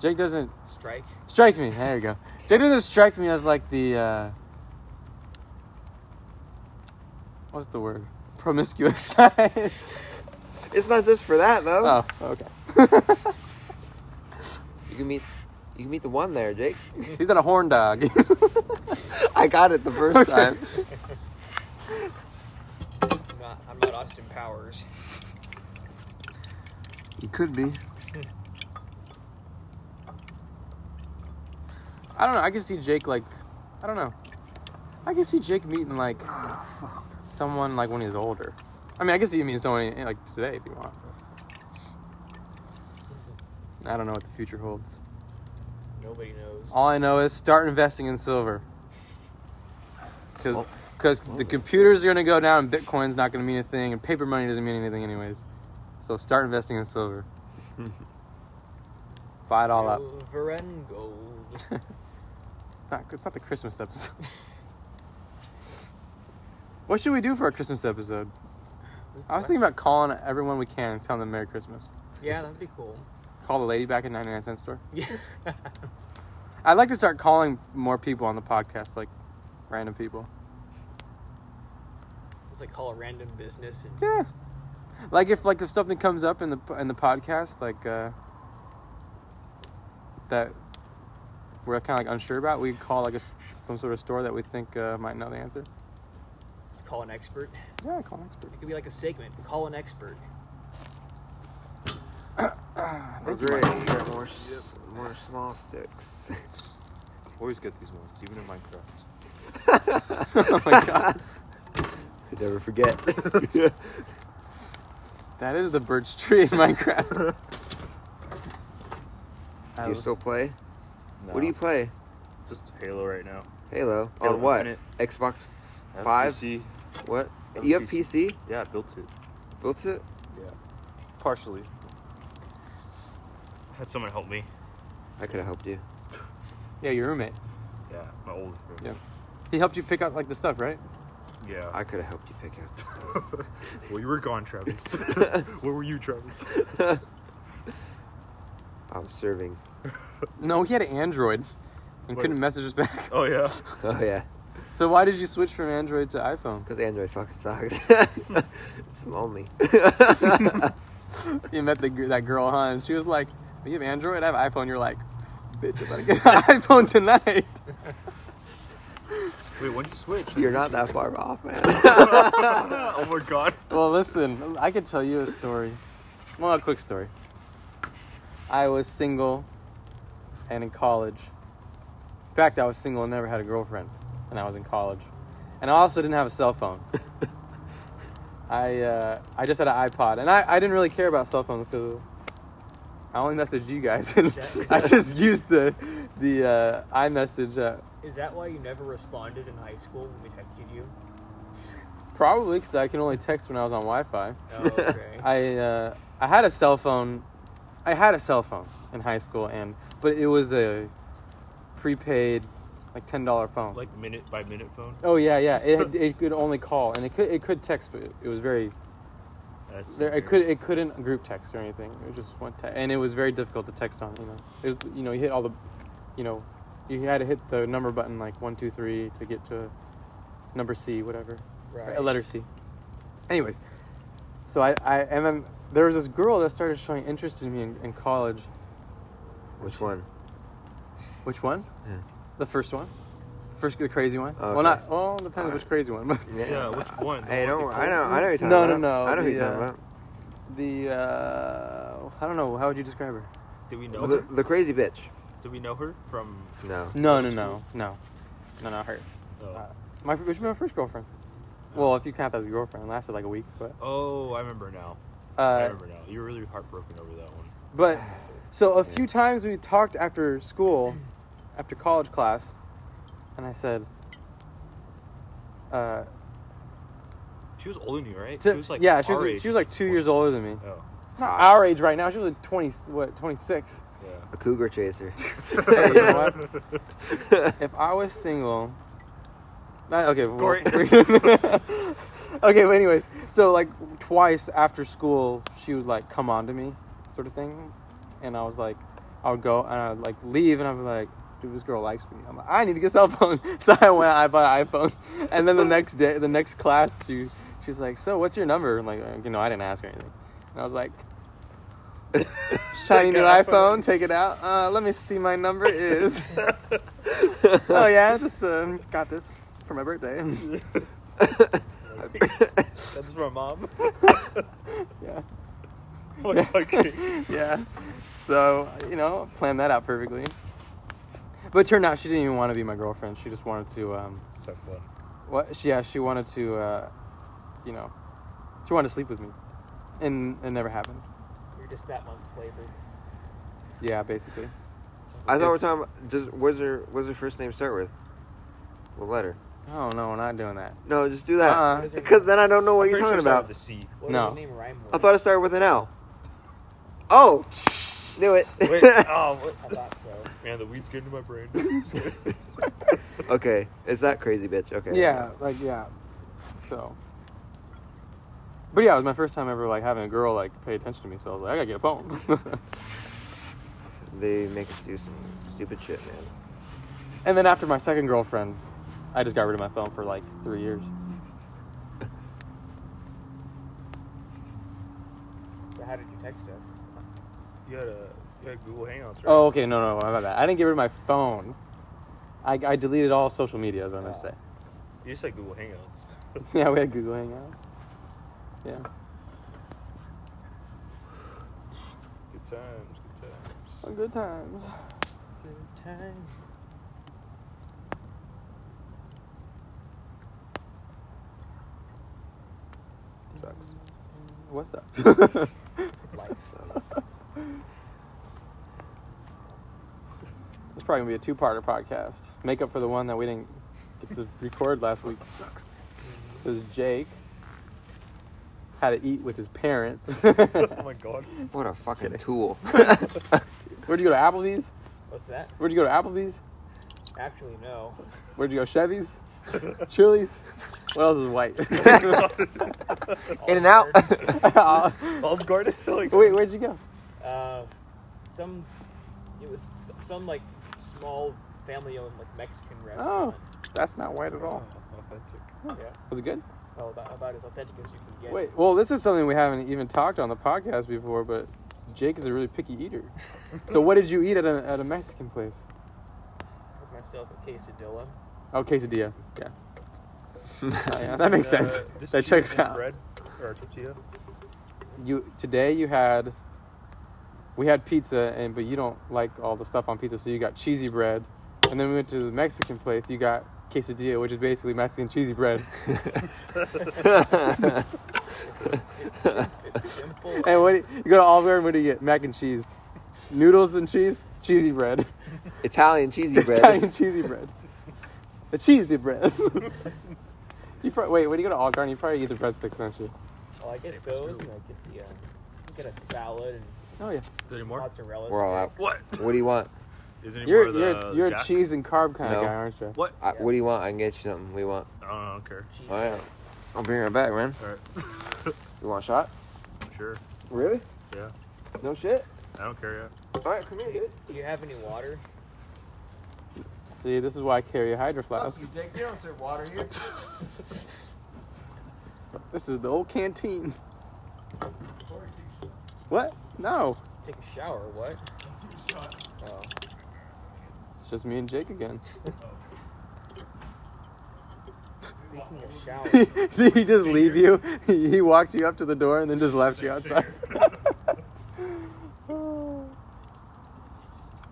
Jake doesn't
Strike.
strike me. There you go. Jake doesn't strike me as like the uh, what's the word? Promiscuous side.
It's not just for that though.
oh, okay.
You can meet you can meet the one there, Jake.
He's not a horn dog.
I got it the first
Okay.
time.
I'm not, I'm not Austin Powers.
You could be.
I don't know. I can see Jake like, I don't know. I can see Jake meeting like someone like when he's older. I mean, I can see you meeting someone like today if you want. I don't know what the future holds.
Nobody knows.
All I know is start investing in silver. Because the computers are going to go down, and Bitcoin's not going to mean a thing, and paper money doesn't mean anything, anyways. So start investing in silver. Buy it all up.
Silver and gold.
It's not, it's not the Christmas episode. what should we do for our Christmas episode? I was thinking about calling everyone we can and telling them Merry Christmas.
Yeah, that'd be cool.
Call the lady back at 99 cent store.
Yeah.
I'd like to start calling more people on the podcast, like random people.
It's like call a random business and
Yeah. Like if like if something comes up in the in the podcast like uh that we're kind of like unsure about, we could call like a s some sort of store that we think uh, might know the answer.
call an expert.
Yeah, call an expert.
It could be like a segment. Call an expert.
We're great. We got more, s- more small sticks.
Always get these ones, even in Minecraft.
oh my god.
Could never forget.
That is the birch tree in Minecraft. I
you
l-
still play?
No,
What do you play?
Just Halo right now.
Halo.
Halo
On what?
Infinite.
Xbox.
I have
Five?
PC.
What?
I have
You have
PC.
PC?
Yeah, I built it.
What's it?
Yeah. Partially. Had someone help me.
I could have helped you.
yeah, your roommate.
Yeah, my old.
Yeah. He helped you pick out like the stuff, right?
Yeah.
I could have helped you pick out.
well, you were gone, Travis. Where were you, Travis?
I'm serving.
No, he had an Android and
Wait.
couldn't message us back.
Oh yeah.
Oh yeah,
So why did you switch from Android to iPhone?
because Android fucking sucks. it's lonely.
You met the gir- that girl, huh? And she was like, "You have Android, I have iPhone." You're like, "Bitch, I'm about to get an iPhone tonight."
Wait, when did you switch?
You're not that far off, man.
oh my god.
Well, listen, I could tell you a story. Well, a quick story. I was single and in college. In fact, I was single and never had a girlfriend, and I was in college. And I also didn't have a cell phone. I, uh, I just had an iPod, and I, I didn't really care about cell phones because I only messaged you guys, and
That-
I just used the, the uh, iMessage uh,
Is that why you never responded in high school when we texted you?
probably because I can only text when I was on Wi Fi.
Oh, okay.
I uh, I had a cell phone. I had a cell phone in high school, and but it was a prepaid, like ten dollar phone.
Like minute by minute phone.
oh yeah, yeah. It, it could only call, and it could it could text, but it was very.
That's so
There, it
weird.
could it couldn't group text or anything. It was just one text, and it was very difficult to text on. You know, there's you know you hit all the, you know, you had to hit the number button like one two three to get to, number C whatever.
right.
A letter C. Anyways, so I, I and then there was this girl that started showing interest in me in, in college.
Which one?
Which one?
Yeah.
The first one. First, the crazy one.
Okay.
Well, not. Well, depends on
Alright.
which crazy one. But
Yeah, which one? The
Hey,
one
don't.
with the
I know. I know who you're talking
No,
about.
no, no,
I know who
the,
you're talking
uh,
about.
the uh, I don't know. How would you describe her?
cold- Did we know?
The,
Her?
the crazy bitch.
Did we know her from?
No.
No, no, no, no, no, not her. Oh.
Oh,
Uh, my which was my first girlfriend. Well, if you count that as a girlfriend, it lasted like a week, but
oh I remember now. I
uh,
remember now. You were really heartbroken over that one.
But so a few times we talked after school, after college class, and I said, uh,
She was older than you, right?
to-
she was like
yeah, she
our
was,
age.
she was like two years older than me.
Oh,
Not our age right now. She was like twenty, what twenty six.
yeah.
A cougar chaser.
Hey, you know what? if I was single Not, okay. well-
Corey.
okay, but anyways, so like twice after school, she would like come on to me, sort of thing, and I was like, I would go and I would like leave, and I'd be like, dude, this girl likes me. I'm like, I need to get a cell phone, so I went, I bought an iPhone, and then the next day, the next class, she she's like, so what's your number? And like, uh, you know, I didn't ask her anything, and I was like. Shiny new
Take
iPhone,
an iPhone.
take it out. Uh, let me see. My number is. oh yeah, just um, got this for my birthday.
That's my mom.
yeah.
Like, okay.
yeah. So, you know, planned that out perfectly. But it turned out she didn't even want to be my girlfriend. She just wanted to, um,
So fun.
what? She, yeah, she wanted to, uh, you know, she wanted to sleep with me. And it never happened.
You're just that month's flavor.
Yeah, basically.
I thought we were talking about does what's her what's her first name start with? What letter?
Oh, no, we're not doing that.
No, just do that.
Uh-uh.
Because then I don't know what
I'm
you're
pretty sure
talking
it started
about.
with a C.
What
No.
would the name rhyme with?
I thought it started with an L. Oh, knew it.
Wait,
uh,
oh, what?
I thought so.
man, the weed's getting to my brain.
okay, it's that crazy bitch. Okay.
Yeah, like, yeah. So. But yeah, it was my first time ever, like, having a girl, like, pay attention to me. So I was like, I gotta get a phone.
They make us do some stupid shit, man.
and then after my second girlfriend, I just got rid of my phone for, like, three years.
So how did you text us?
you had a you had Google Hangouts, right?
Oh, okay. No, no, my bad. I didn't get rid of my phone. I, I deleted all social media. Is what I'm gonna say.
You just said Google Hangouts.
Yeah, we had Google Hangouts. Yeah,
good times, good times.
Oh, good times.
Good times.
Sucks.
What's up?
Life.
it's probably gonna be a two-parter podcast. Make up for the one that we didn't get to record last week. Sucks. It was Jake. How to eat with his parents.
oh my god.
What a fucking tool.
Where'd you go to Applebee's?
What's that?
Where'd you go to Applebee's?
Actually, no.
Where'd you go Chevy's? Chili's? What else is white?
In and out.
Olive Garden? like,
Wait, where'd you go?
Uh, some. It was s- some like small family-owned like Mexican
Oh.
restaurant.
That's not white at all.
oh, Authentic.
Yeah.
Was it good?
Well, about, about as authentic as you can get.
Wait, well, this is something we haven't even talked on the podcast before, but Jake is a really picky eater. so, what did you eat at a, at a Mexican place?
With myself a quesadilla.
Oh, quesadilla. Yeah. Oh, yeah, that makes sense.
Uh, just
That
cheese
checks
and
out.
Bread or tortilla?
You today you had we had pizza, and but you don't like all the stuff on pizza, so you got cheesy bread, and then we went to the Mexican place. You got quesadilla, which is basically Mexican cheesy bread,
It's, sim- it's simple.
and what do you, you go to Olive Garden, what do you get? Mac and cheese, noodles and cheese, cheesy bread.
Italian cheesy bread.
Italian cheesy bread. The cheesy bread. you probably, wait, when you go to Olive Garden, you probably eat the breadsticks, don't you?
Well, I get those, and I get the uh, I get a salad and
Oh yeah.
Is there more?
mozzarella.
We're all out.
sticks.
What?
What do you want?
Is there any
You're
more of the
you're you're a
Jack?
cheese and carb kind
No.
of guy, aren't you?
What?
I, what do you want? I can get you something. We want.
I don't know, I don't care.
Cheese.
All right. I'll bring it back, man.
Alright.
You want a shot?
Sure.
Really?
Yeah.
No shit.
I don't care yet.
All right, come here,
Do you have any water?
See, this is why I carry a hydro flask.
Jake. You don't serve water here.
This is the old canteen. What? No.
Take a shower. What? Oh.
It's just me and Jake again.
Speaking of shower,
Did he just leave you? He he walked you up to the door and then just left you outside.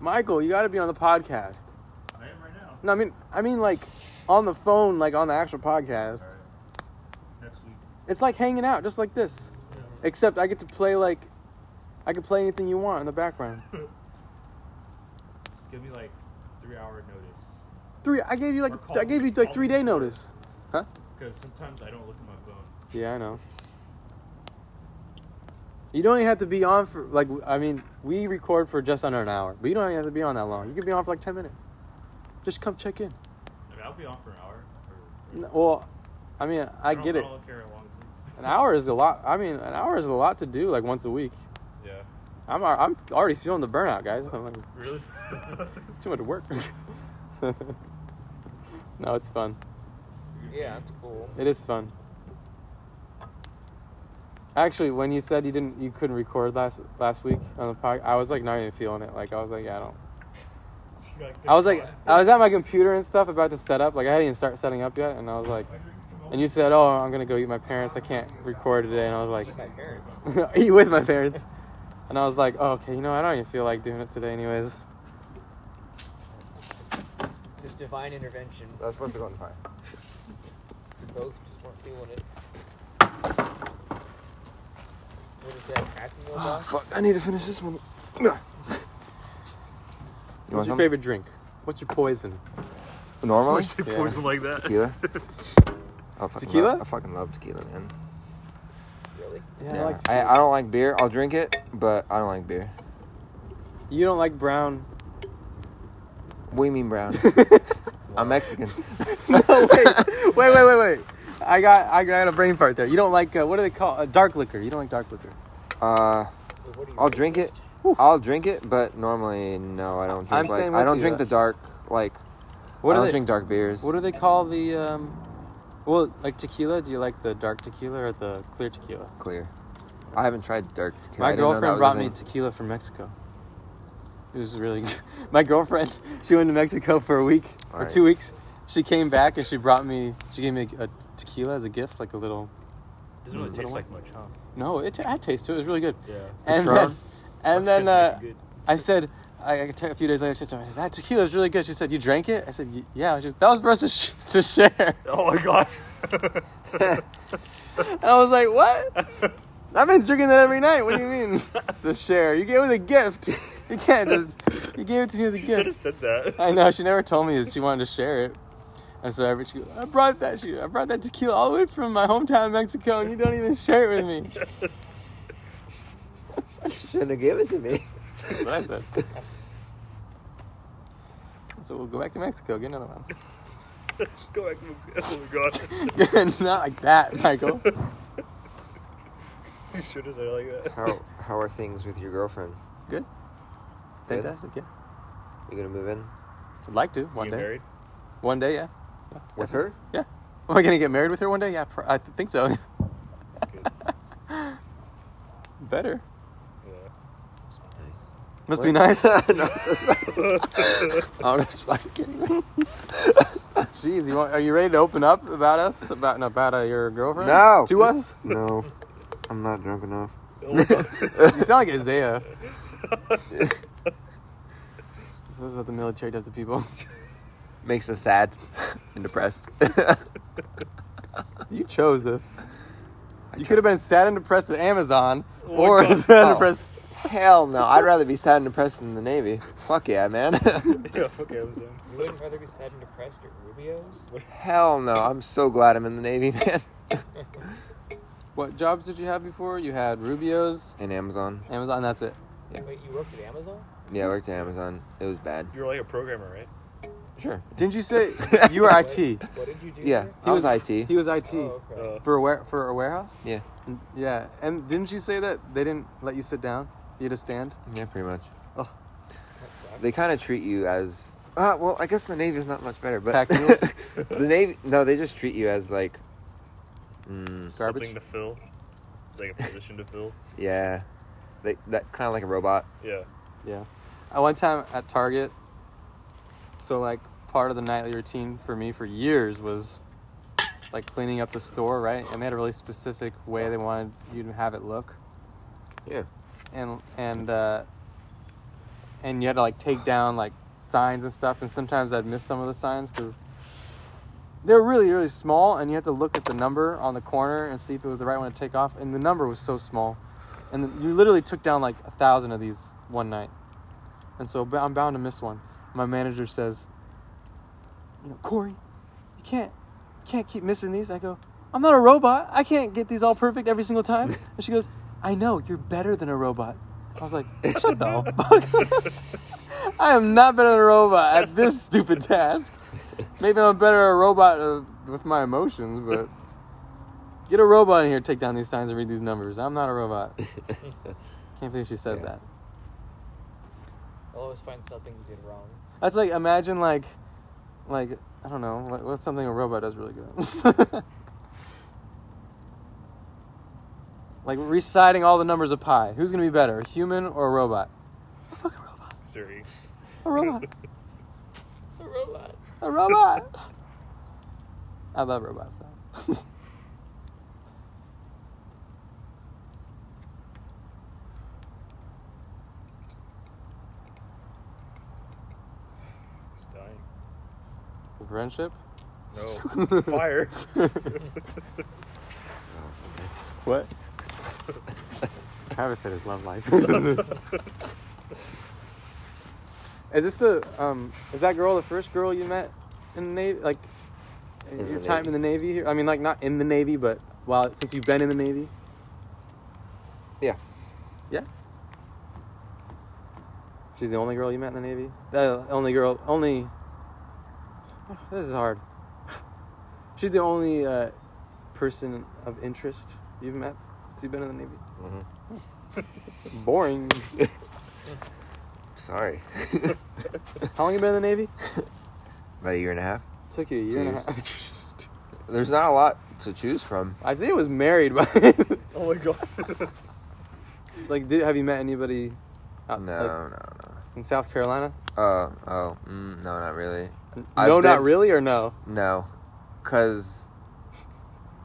Michael, you got to be on the podcast.
I am right now.
No, I mean, I mean, like on the phone, like on the actual podcast.
Next week.
It's like hanging out, just like this, except I get to play like, I can play anything you want in the background.
Just give me like three hour notice.
Three, I gave you like,
Or call
I gave
me-
you like
call
three
me.
day notice.
Because sometimes I don't look at my phone.
Yeah, I know. You don't even have to be on for like, I mean, we record for just under an hour, but you don't even have to be on that long. You can be on for like ten minutes. Just come check in.
I mean, I'll be on for an hour or
N- Well, I mean, I
don't-
get it.
I don't carry long sleeves.
An hour is a lot. I mean, an hour is a lot to do like once a week.
Yeah.
I'm al- I'm already feeling the burnout, guys. I'm like,
Really?
it's too much work. no, it's fun.
Yeah, that's cool.
It is fun. Actually, when you said you didn't, you couldn't record last last week on the podcast, I was like not even feeling it. Like I was like, yeah, I don't. I was like, I was at my computer and stuff about to set up. Like I hadn't even started setting up yet, and I was like, and you said, oh, I'm gonna go eat my parents. I can't record today, and I was like,
Meet my parents.
eat with my parents. And I was like, oh, okay, you know, I don't even feel like doing it today, anyways.
Just divine intervention.
That's supposed to go on fire.
Both just weren't feeling it. What is that? Cracking going
Oh,
on?
fuck. I need to finish this one. You want
What's your
some?
favorite drink? What's your poison?
Normally?
They
Yeah.
poison like that.
Tequila. I fucking
Tequila?
Love, I fucking love tequila, man.
Really?
Yeah,
Yeah.
I like.
I, don't like beer. I'll drink it, but I don't like beer.
you don't like brown.
What do you mean brown? I'm Mexican.
no, wait, wait, wait, wait, wait. I got, I got a brain fart there. You don't like uh, what do they call uh, dark liquor? You don't like dark liquor.
Uh,
Wait, What are you
I'll drink it.
Whew.
I'll drink it, but normally no, I don't drink
I'm
like
saying
I
with
don't
you
drink
that-
the dark like
What
I
do
don't
they?
drink dark beers.
What do they call the? Um, well, like tequila. Do you like the dark tequila or the clear tequila?
clear. I haven't tried dark tequila. I
My
didn't know that
girlfriend
was a
brought me
thing.
tequila from Mexico. It was really good. My girlfriend, she went to Mexico for a week or
Alright.
two weeks. She came back and she brought me, she gave me a tequila as a gift, like a little.
Doesn't really taste like much, huh?
No, it t- I taste it. It was really good.
Yeah.
And
Patron?
then, and then uh, I said, I, I t- a few days later, she said, that tequila is really good. She said, you drank it? I said, "Y- yeah. She said, that was for us to, sh- to share.
Oh my god.
And I was like, what? I've been drinking that every night. What do you mean? It's a share. You gave it as a gift. You can't just. You gave it to me as a
You should have
gift.
said that.
I know. She never told me that she wanted to share it. And so every she, goes, I brought that. She, I brought that tequila all the way from my hometown, in Mexico, and you don't even share it with me.
Shouldn't have given it to me.
That's what I said. So we'll go back to Mexico, get another one.
Go back to Mexico. Oh my god.
Not like that, Michael.
You should have said it like that.
How how are things with your girlfriend?
Good.
Good?
Fantastic. Yeah.
You gonna move in
I'd like to one
you
day.
married?
One day, yeah. yeah
with
definitely.
her?
Am I gonna get married with her one day? Yeah, pr- I th- think so.
Good.
Better.
Yeah.
Must be nice.
no, I'm just,
Oh
I'm just fucking kidding.
Jeez, you want, are you ready to open up about us? About no, about uh, your girlfriend?
No.
To us?
No, I'm not drunk enough.
You sound like Isaiah. this is what the military does to people.
Makes us sad and depressed.
You chose this. You could have been sad and depressed at Amazon,
Oh
or
God.
sad and
Oh.
depressed.
Hell no, I'd rather be sad and depressed than the Navy. Fuck yeah, man.
yeah, um, fuck Amazon.
You wouldn't rather be sad and depressed at Rubio's?
Hell no, I'm so glad I'm in the Navy, man.
What jobs did you have before? You had Rubio's,
In Amazon.
Amazon. That's it.
Wait, you worked at Amazon?
Yeah, I worked at Amazon. It was bad.
You're like a programmer, right?
Sure.
Didn't you say you were IT? He
What did you do?
Yeah,
there?
I was IT.
was IT
Oh, okay.
Uh,
for a ware- for a warehouse.
Yeah.
N- Yeah, and didn't you say that they didn't let you sit down? You had to stand.
Yeah, pretty much.
that sucks.
They kind of treat you as. Ah, well, I guess the Navy is not much better, but
Pack mules?
the Navy. No, they just treat you as like. Mm,
Something to fill. Like a position to fill.
yeah, they, that kind of like a robot.
Yeah.
Yeah. At one time at Target, so like part of the nightly routine for me for years was like cleaning up the store, right? And they had a really specific way they wanted you to have it look.
Yeah.
And and uh, and you had to like take down like signs and stuff. And sometimes I'd miss some of the signs because they're really really small, and you had to look at the number on the corner and see if it was the right one to take off. And the number was so small, and you literally took down like a thousand of these one night and so b- I'm bound to miss one. My manager says, "You know, Corey, you can't, you can't keep missing these." I go, "I'm not a robot. I can't get these all perfect every single time." And she goes, "I know. You're better than a robot." I was like, "Shut the fuck! up. I am not better than a robot at this stupid task." Maybe I'm better a robot uh, with my emotions, but get a robot in here, take down these signs and read these numbers. I'm not a robot.
Mm-hmm.
Can't believe she said
Yeah.
that.
I'll always find something to get wrong.
That's like imagine like, like I don't know what, what's something a robot does really good. like reciting all the numbers of pi. Who's gonna be better, a human or a robot?
Siri.
A robot.
A robot.
A robot. I love robots though.
He's dying.
Friendship.
No. Fire.
What? Travis said his love life. is this the um? Is that girl the first girl you met in the navy? Like in
In the
your time
Navy.
in the navy? Here, I mean, like not in the navy, but while since you've been in the navy.
Yeah.
Yeah. She's the only girl you met in the navy. The only girl. Only. This is hard. She's the only uh, person of interest you've met since you've been in the Navy? Boring.
Sorry.
How long you been in the Navy?
About a year and a half.
Took you a year and a
Two
half.
There's not a lot to choose from.
I say was married, but
oh my god.
like, did, have you met anybody
No,
out like,
no, no.
in South Carolina?
Oh, oh, mm, no, not really.
N-
I've
no, not
been-
really, or no?
No, because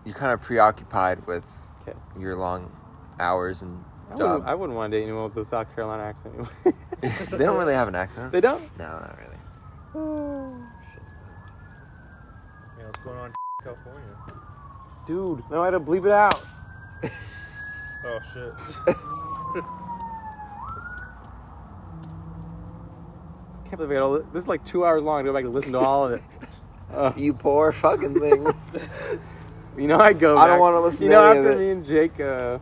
you're kind of preoccupied with
Okay.
your long hours and
I
job.
wouldn't, I wouldn't want to date anyone with a South Carolina accent anyway.
they don't really have an accent.
they don't?
No, not really.
Yeah, what's going on in California?
Dude, no, I had to bleep it out.
Oh shit.
can't believe I got all this. This is like two hours long. I go back and listen to all of it. Uh,
You poor fucking thing.
You know, I go.
I don't
back-
wanna listen
You
to
know,
any of
after
it.
me and Jake uh,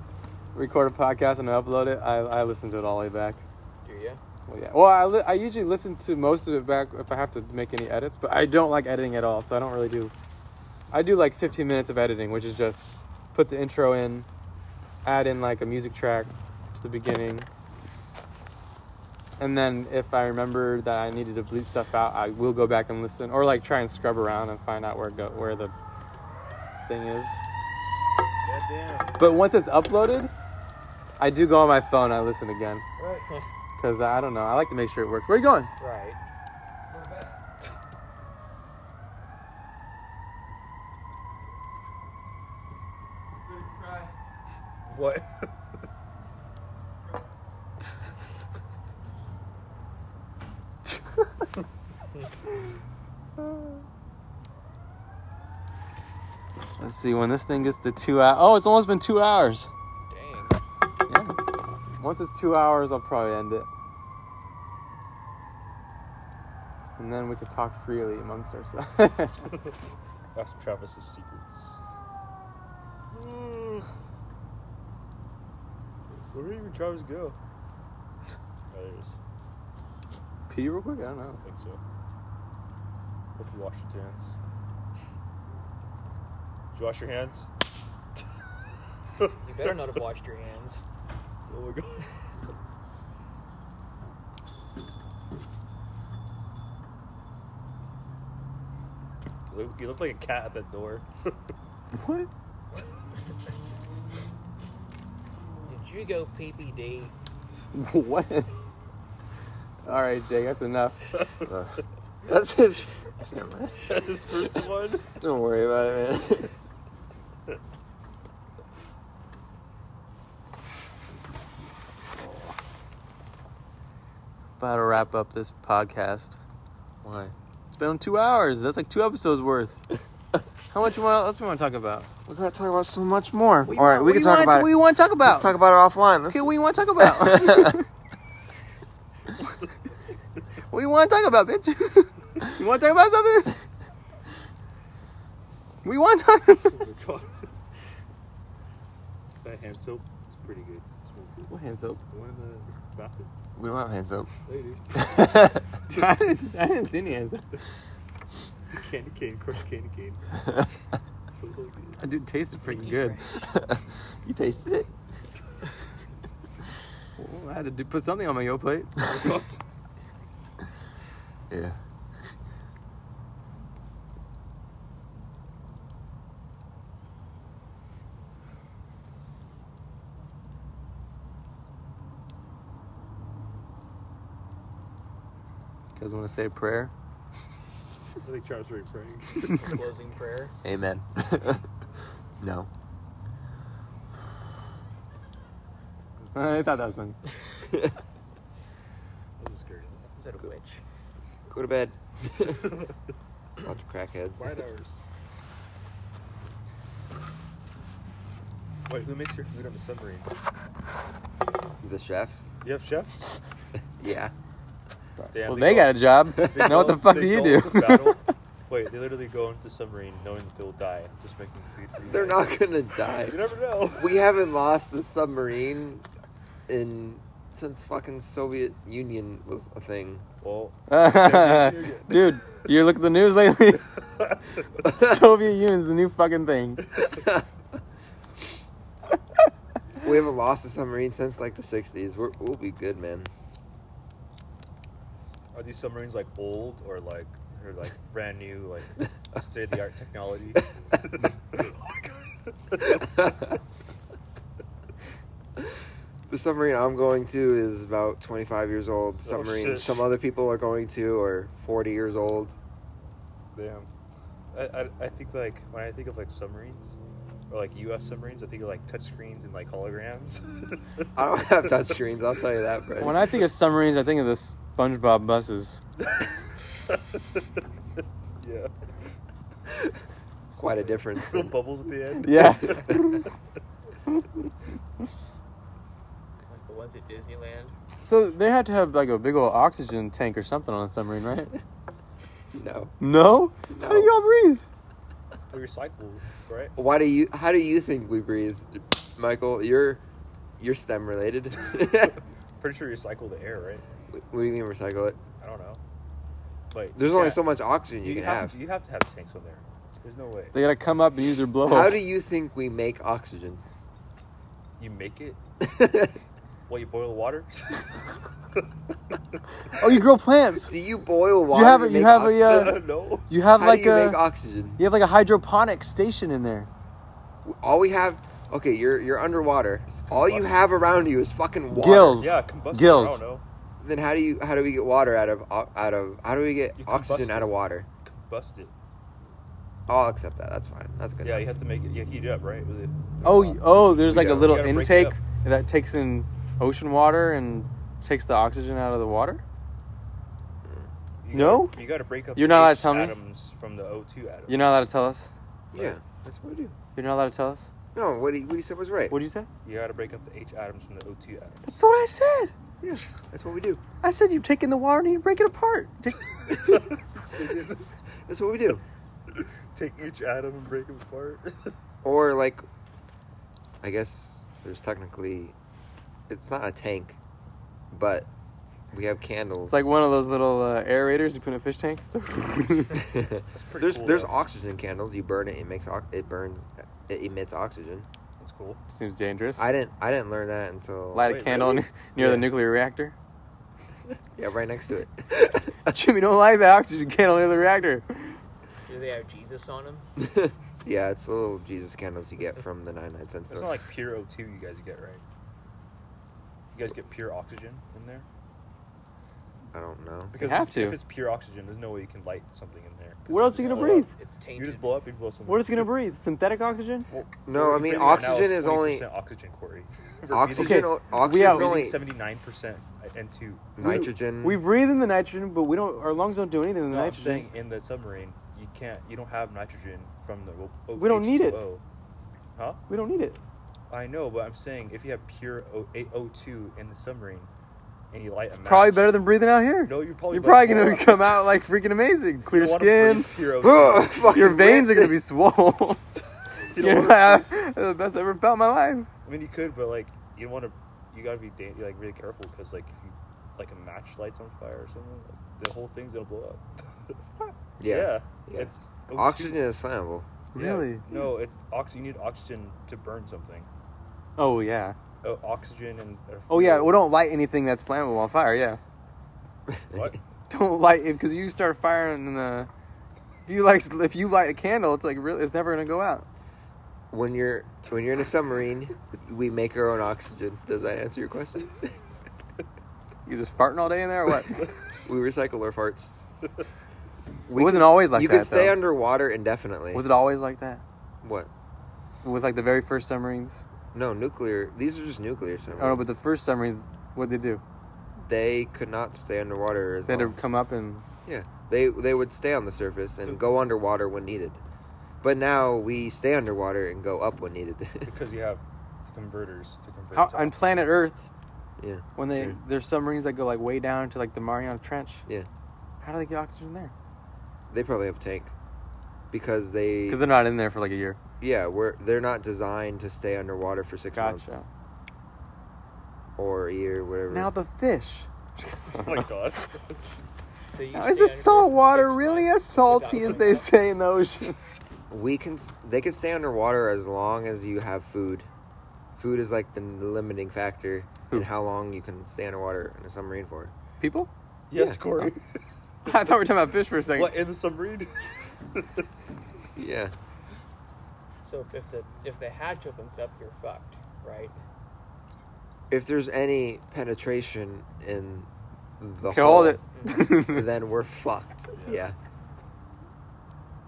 record a podcast and upload it, I, I listen to it all the way back.
Do you?
Well, yeah. Well, I, li- I usually listen to most of it back if I have to make any edits, but I don't like editing at all, so I don't really do. I do like 15 minutes of editing, which is just put the intro in, add in like a music track to the beginning, and then if I remember that I needed to bleep stuff out, I will go back and listen, or like try and scrub around and find out where go where the thing is.
Goddamn.
But once it's uploaded, I do go on my phone. I listen again
Right.
because I don't know. I like to make sure it works. Where you going?
right.
What?
Let's see when this thing gets to two hours. Oh, it's almost been two hours.
Dang.
Yeah. Once it's two hours, I'll probably end it. And then we could talk freely amongst ourselves.
Ask Travis's secrets. Where did even Travis go? Oh, there he is.
Pee real quick? I don't know.
I think so. Hope you wash your hands. Did you wash your hands?
You better not have washed your hands.
Oh my god. You look, you look like a cat at that door.
What?
Did you go PPD?
what? All right, Jake, that's enough.
That's his.
This first one.
Don't worry about it, man.
About to wrap up this podcast.
Why?
It's been two hours. That's like two episodes worth. How much more else we want to talk about?
We gotta talk about so much more. All right, we can talk about
What do
it.
you want to talk about?
Let's talk about it offline. Let's
Okay, what do you want to talk about? what do you want to talk about, bitch? You want to talk about something? We want to talk.
Oh my god. That hand soap is pretty good. It smells good.
What hands up?
Oh.
The one in the bathroom.
We don't have hands up.
Ladies.
I didn't, I didn't see any hands up.
It's a candy cane, crushed candy cane. so it's like,
That dude tasted freaking good.
you tasted it?
Well, I had to do, put something on my yo plate.
Yeah.
guys want to say a prayer?
I think Charles already praying.
Closing prayer.
Amen. no.
Uh, I thought that was funny.
That was scary.
Is that a witch?
Go to bed. Bunch of crackheads.
Five hours. Wait, who makes your food on the submarine?
The chefs?
You have chefs?
Yeah.
Damn,
Well, they got a job.
they
now what the
go-
fuck
they
do you
go
do?
into battle- Wait, they literally go into the submarine knowing that they'll die, just making food. for you
They're
guys.
not gonna die.
You never know.
We haven't lost a submarine in since fucking Soviet Union was a thing.
Well,
Dude, you look at the news lately. Soviet Union's the new fucking thing.
We haven't lost a submarine since like the '60s. We're, we'll be good, man.
are these submarines like old or like or like brand new, like state of the art technology?
The submarine I'm going to is about 25 years old. Submarine
Oh, shit.
some other people are going to are 40 years old.
Damn. I, I, I think like when I think of like submarines or like U.S. submarines, I think of like touchscreens and like holograms.
I don't have touch screens. I'll tell you that, Brady.
When I think of submarines, I think of the SpongeBob buses.
yeah.
Quite a difference.
Little bubbles at the end.
Yeah.
Like the ones at Disneyland.
So they had to have like a big old oxygen tank or something on a submarine, right?
no.
No? How do
No.
y'all breathe?
We recycle, right?
Why do you? How do you think we breathe, Michael? You're, you're STEM related. what
Pretty sure you recycle the air, right?
do you mean recycle it?
I don't know. But
There's
yeah,
only so much oxygen you,
you
can
have,
have.
to- You have to have tanks on there. There's no way
They gotta come up and use their blowhole.
How do you think we make oxygen?
you make it. What you boil the water?
oh, you grow plants.
do you boil water?
have
to
a- you
make
have a,
oxygen?
uh,
no.
You have
how
like
do you
a
make oxygen?
you have like a hydroponic station in there.
All we have. Okay, you're you're underwater. All you have around you is fucking water.
Gills.
Yeah, combustion. I
Gills.
don't know.
Then how do you how do we get water out of o- out of how do we get
You
oxygen
combust
out
it.
of water?
Bust it.
I'll accept that. That's fine. That's good.
Yeah, you have to make it. You heat it up, right? With it.
Oh, y- oh, there's like a
gotta-
little
we gotta break it
intake
up.
that takes in ocean water and takes the oxygen out of the water.
You
No?
gotta- you got to break up.
You're
the
not allowed
H
to tell me?
Atoms from the O2 atoms.
You're not allowed to tell us.
Yeah, that's what we do.
You're not allowed to tell us.
No, what he, what he said was right.
What did you say?
You got to break up the H atoms from the O2 atoms.
That's what I said.
Yeah, that's what we do.
I said you take in the water and you break it apart. Take-
That's what we do.
Take each atom and break them apart.
Or like, I guess there's technically, it's not a tank, but we have candles.
it's like one of those little uh, aerators you put in a fish tank. It's like-
pretty
there's
cool,
there's
though.
oxygen candles. You burn it, it makes ox- it burns, it emits oxygen.
That's cool.
Seems dangerous.
I didn't I didn't learn that until
Light a
Wait,
candle
really?
n- near
Yeah.
the nuclear reactor.
yeah right next to it.
Jimmy, don't light the oxygen candle near the reactor.
Do they have Jesus on them?
yeah, it's the little Jesus candles you get from the 99 cent
It's not
store.
like pure O2 you guys get, right? You guys get pure oxygen in there?
I don't know.
Because
have
if,
to.
if it's pure oxygen, there's no way you can light something in there. 'Cause
What else are
it'll
you gonna
blow
breathe?
up.
It's
You
tainted.
just blow up, you blow something.
What is it gonna breathe? Synthetic oxygen?
No, I
What
mean
you're breathing right now
oxygen is only
20% oxygen, Corey.
oxygen.
Okay,
o-
we
Oxygen
out.
is only
seventy-nine percent N2.
nitrogen.
We breathe in the nitrogen, but we don't. Our lungs don't do anything in the
No, I'm
nitrogen.
saying in the submarine, you can't, you don't have nitrogen from the. O- O-
We don't need it.
H2O. Huh?
We don't need it.
I know, but I'm saying if you have pure o- A- O2 in the submarine, and you light,
It's
a
probably
match-
better than breathing out here.
No, you probably
You're probably
blow
gonna
up.
come out like freaking amazing. Clear
You wanna
skin.
breathe Pure O2.
Fucking
Your veins are gonna be swollen. you
don't
know,
wanna
I- uh, the best I ever felt in my life.
I mean, you could, but like, you want to, you gotta be da- like really careful because like, if you, like a match lights on fire or something, like, the whole thing's gonna blow up.
Yeah.
Yeah.
Yeah.
It's O2.
Oxygen is flammable.
Yeah.
Really?
No, it ox- you need oxygen to burn something.
Oh yeah.
Oh, oxygen and. uh,
Oh yeah. Well, don't light anything that's flammable on fire. Yeah.
What?
Don't light it because you start firing. Uh, if you like, if you light a candle, it's like really, it's never gonna go out.
When you're when you're in a submarine, we make our own oxygen. Does that answer your question?
You just farting all day in there or what?
we recycle our farts.
It wasn't always like
you
that.
could stay
though.
underwater indefinitely.
Was it always like that?
what?
With like the very first submarines?
No, nuclear. These are just nuclear
I
submarines.
don't know, but the first submarines, what they do?
they could not stay underwater. As
They had to
long.
come up and
Yeah, they they would stay on the surface and
So-
go underwater when needed. But now we stay underwater and go up when needed.
Because you have converters to convert.
How,
to
on planet Earth
yeah,
when they
Sure.
there's submarines that go like way down to like the Mariana Trench.
Yeah.
How do they get oxygen there?
they probably have a tank because they
Because they're not in there for like a year.
yeah we're they're not designed to stay underwater for six months
Gotcha.
or a year whatever.
Now the fish.
Oh my god.
So you
Now,
stay
is the
underwater
salt
for
water
six
really
months
as salty
without
as they
cleaning up?
say in the ocean?
we can s- they can stay underwater as long as you have food. Food is like the limiting factor
Who?
in how long you can stay underwater in a submarine for.
People?
Yes,
Yeah.
Corey.
I thought we were talking about fish for a second.
what in the submarine?
Yeah.
So if the if the hatch opens up, you're fucked, right?
If there's any penetration in the
Okay, hold
hull,
it.
then we're fucked. Yeah.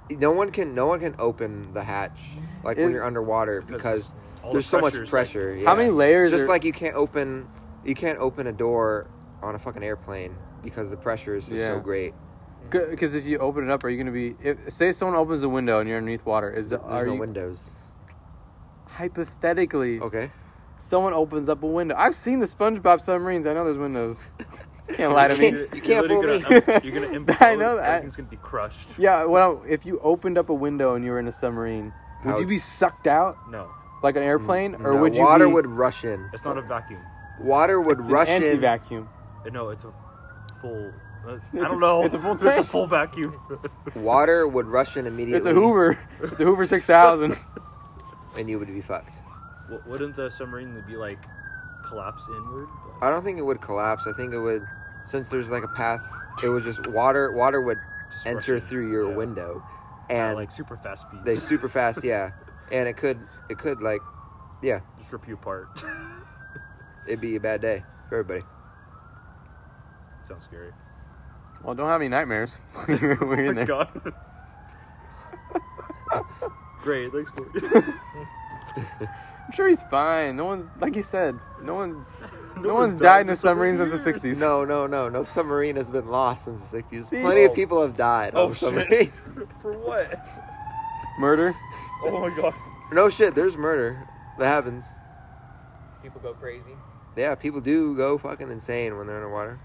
No one can no one can open the hatch like when
Is-
you're underwater because
all the
there's so much
pressure's, like-
pressure.
How
yeah.
many layers
Just
are-
like you can't open you can't open a door on a fucking airplane because the pressure is just
Yeah.
so great.
Because if you open it up, are you going to be? If, say someone opens a window and you're underneath water, is the,
There's
are
no Oh.
you
windows.
hypothetically?
Okay.
Someone opens up a window. I've seen the SpongeBob submarines. I know there's windows. Can't lie to
You
me.
can't- you can't fool
literally
me.
gonna em- you're gonna implode.
I know that.
Everything's gonna be crushed.
Yeah, well, if you opened up a window and you were in a submarine, would
How- Mm,
you be sucked out
No,
like an airplane, or
No,
would you?
water
be,
would rush in.
it's not a vacuum. Uh,
Water would
it's
rush
an
in.
anti-vacuum.
No, it's a full. It's, I
It's
don't
a-
know.
it's a full
It's a
tank.
full vacuum.
Water would rush in immediately.
It's a Hoover. It's a Hoover six thousand.
and you would be fucked.
W- wouldn't the submarine be like collapse inward?
Oh,
I don't think it would collapse. I think it would, since there's like a path. It was just water. Water would
Just rush
enter
in,
through your
yeah.
window,
At,
and
like super fast speeds.
they super fast. Yeah, and it could it could like, yeah,
just rip you apart.
it'd be a bad day for everybody.
Sounds scary.
Well, don't have any nightmares.
Oh
we're in
My
there.
God. Great, thanks, Corey.
I'm sure he's fine. No one's like he said. No one's. No, one's,
one's
died
died
in
in
a submarine since the sixties.
No, no, no, no submarine has been lost since the 60s.
See?
Plenty
Oh.
of people have died. on
Oh
the
shit!
submarine.
For what?
murder.
Oh my god!
no shit. There's murder that happens.
People go crazy.
Yeah, people do go fucking insane when they're underwater.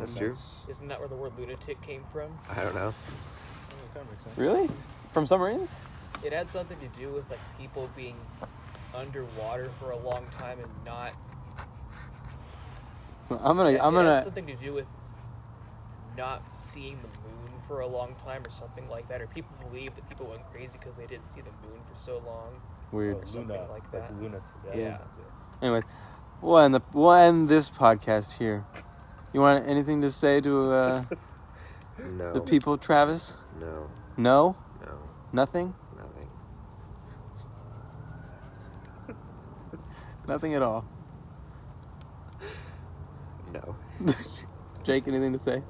That's true.
Isn't that where the word lunatic came from?
I don't know.
Really? From submarines?
It had something to do with like people being underwater for a long time and not.
I'm gonna.
it
I'm
had
gonna.
Something to do with not seeing the moon for a long time or something like that, or people believe that people went crazy because they didn't see the moon for so long.
Weird.
Or something
Luna,
like
like
that.
Luna today.
Yeah. Anyways, we'll end the we'll end this podcast here. You want anything to say to uh,
No.
the people, Travis?
No.
No,
No.
nothing,
Nothing.
nothing at all.
No.
Jake, anything to say?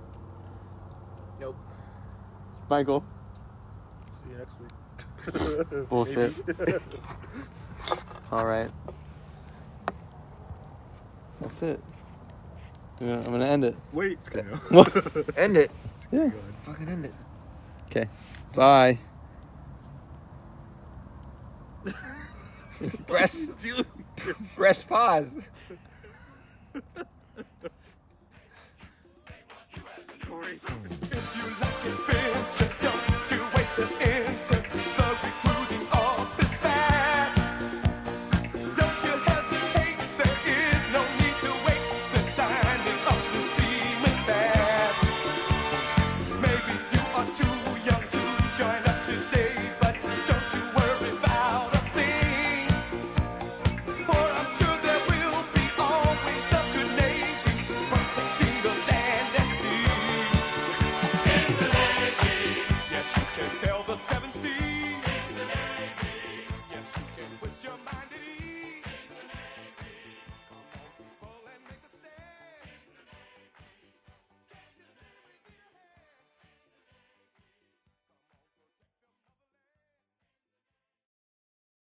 Nope.
Michael,
See you next week.
bullshit. all right, that's it. I'm gonna- I'm gonna end it.
Wait, it's gonna
End it.
Yeah.
Fucking end it.
Okay. Bye.
Press, press pause.
Corey, if you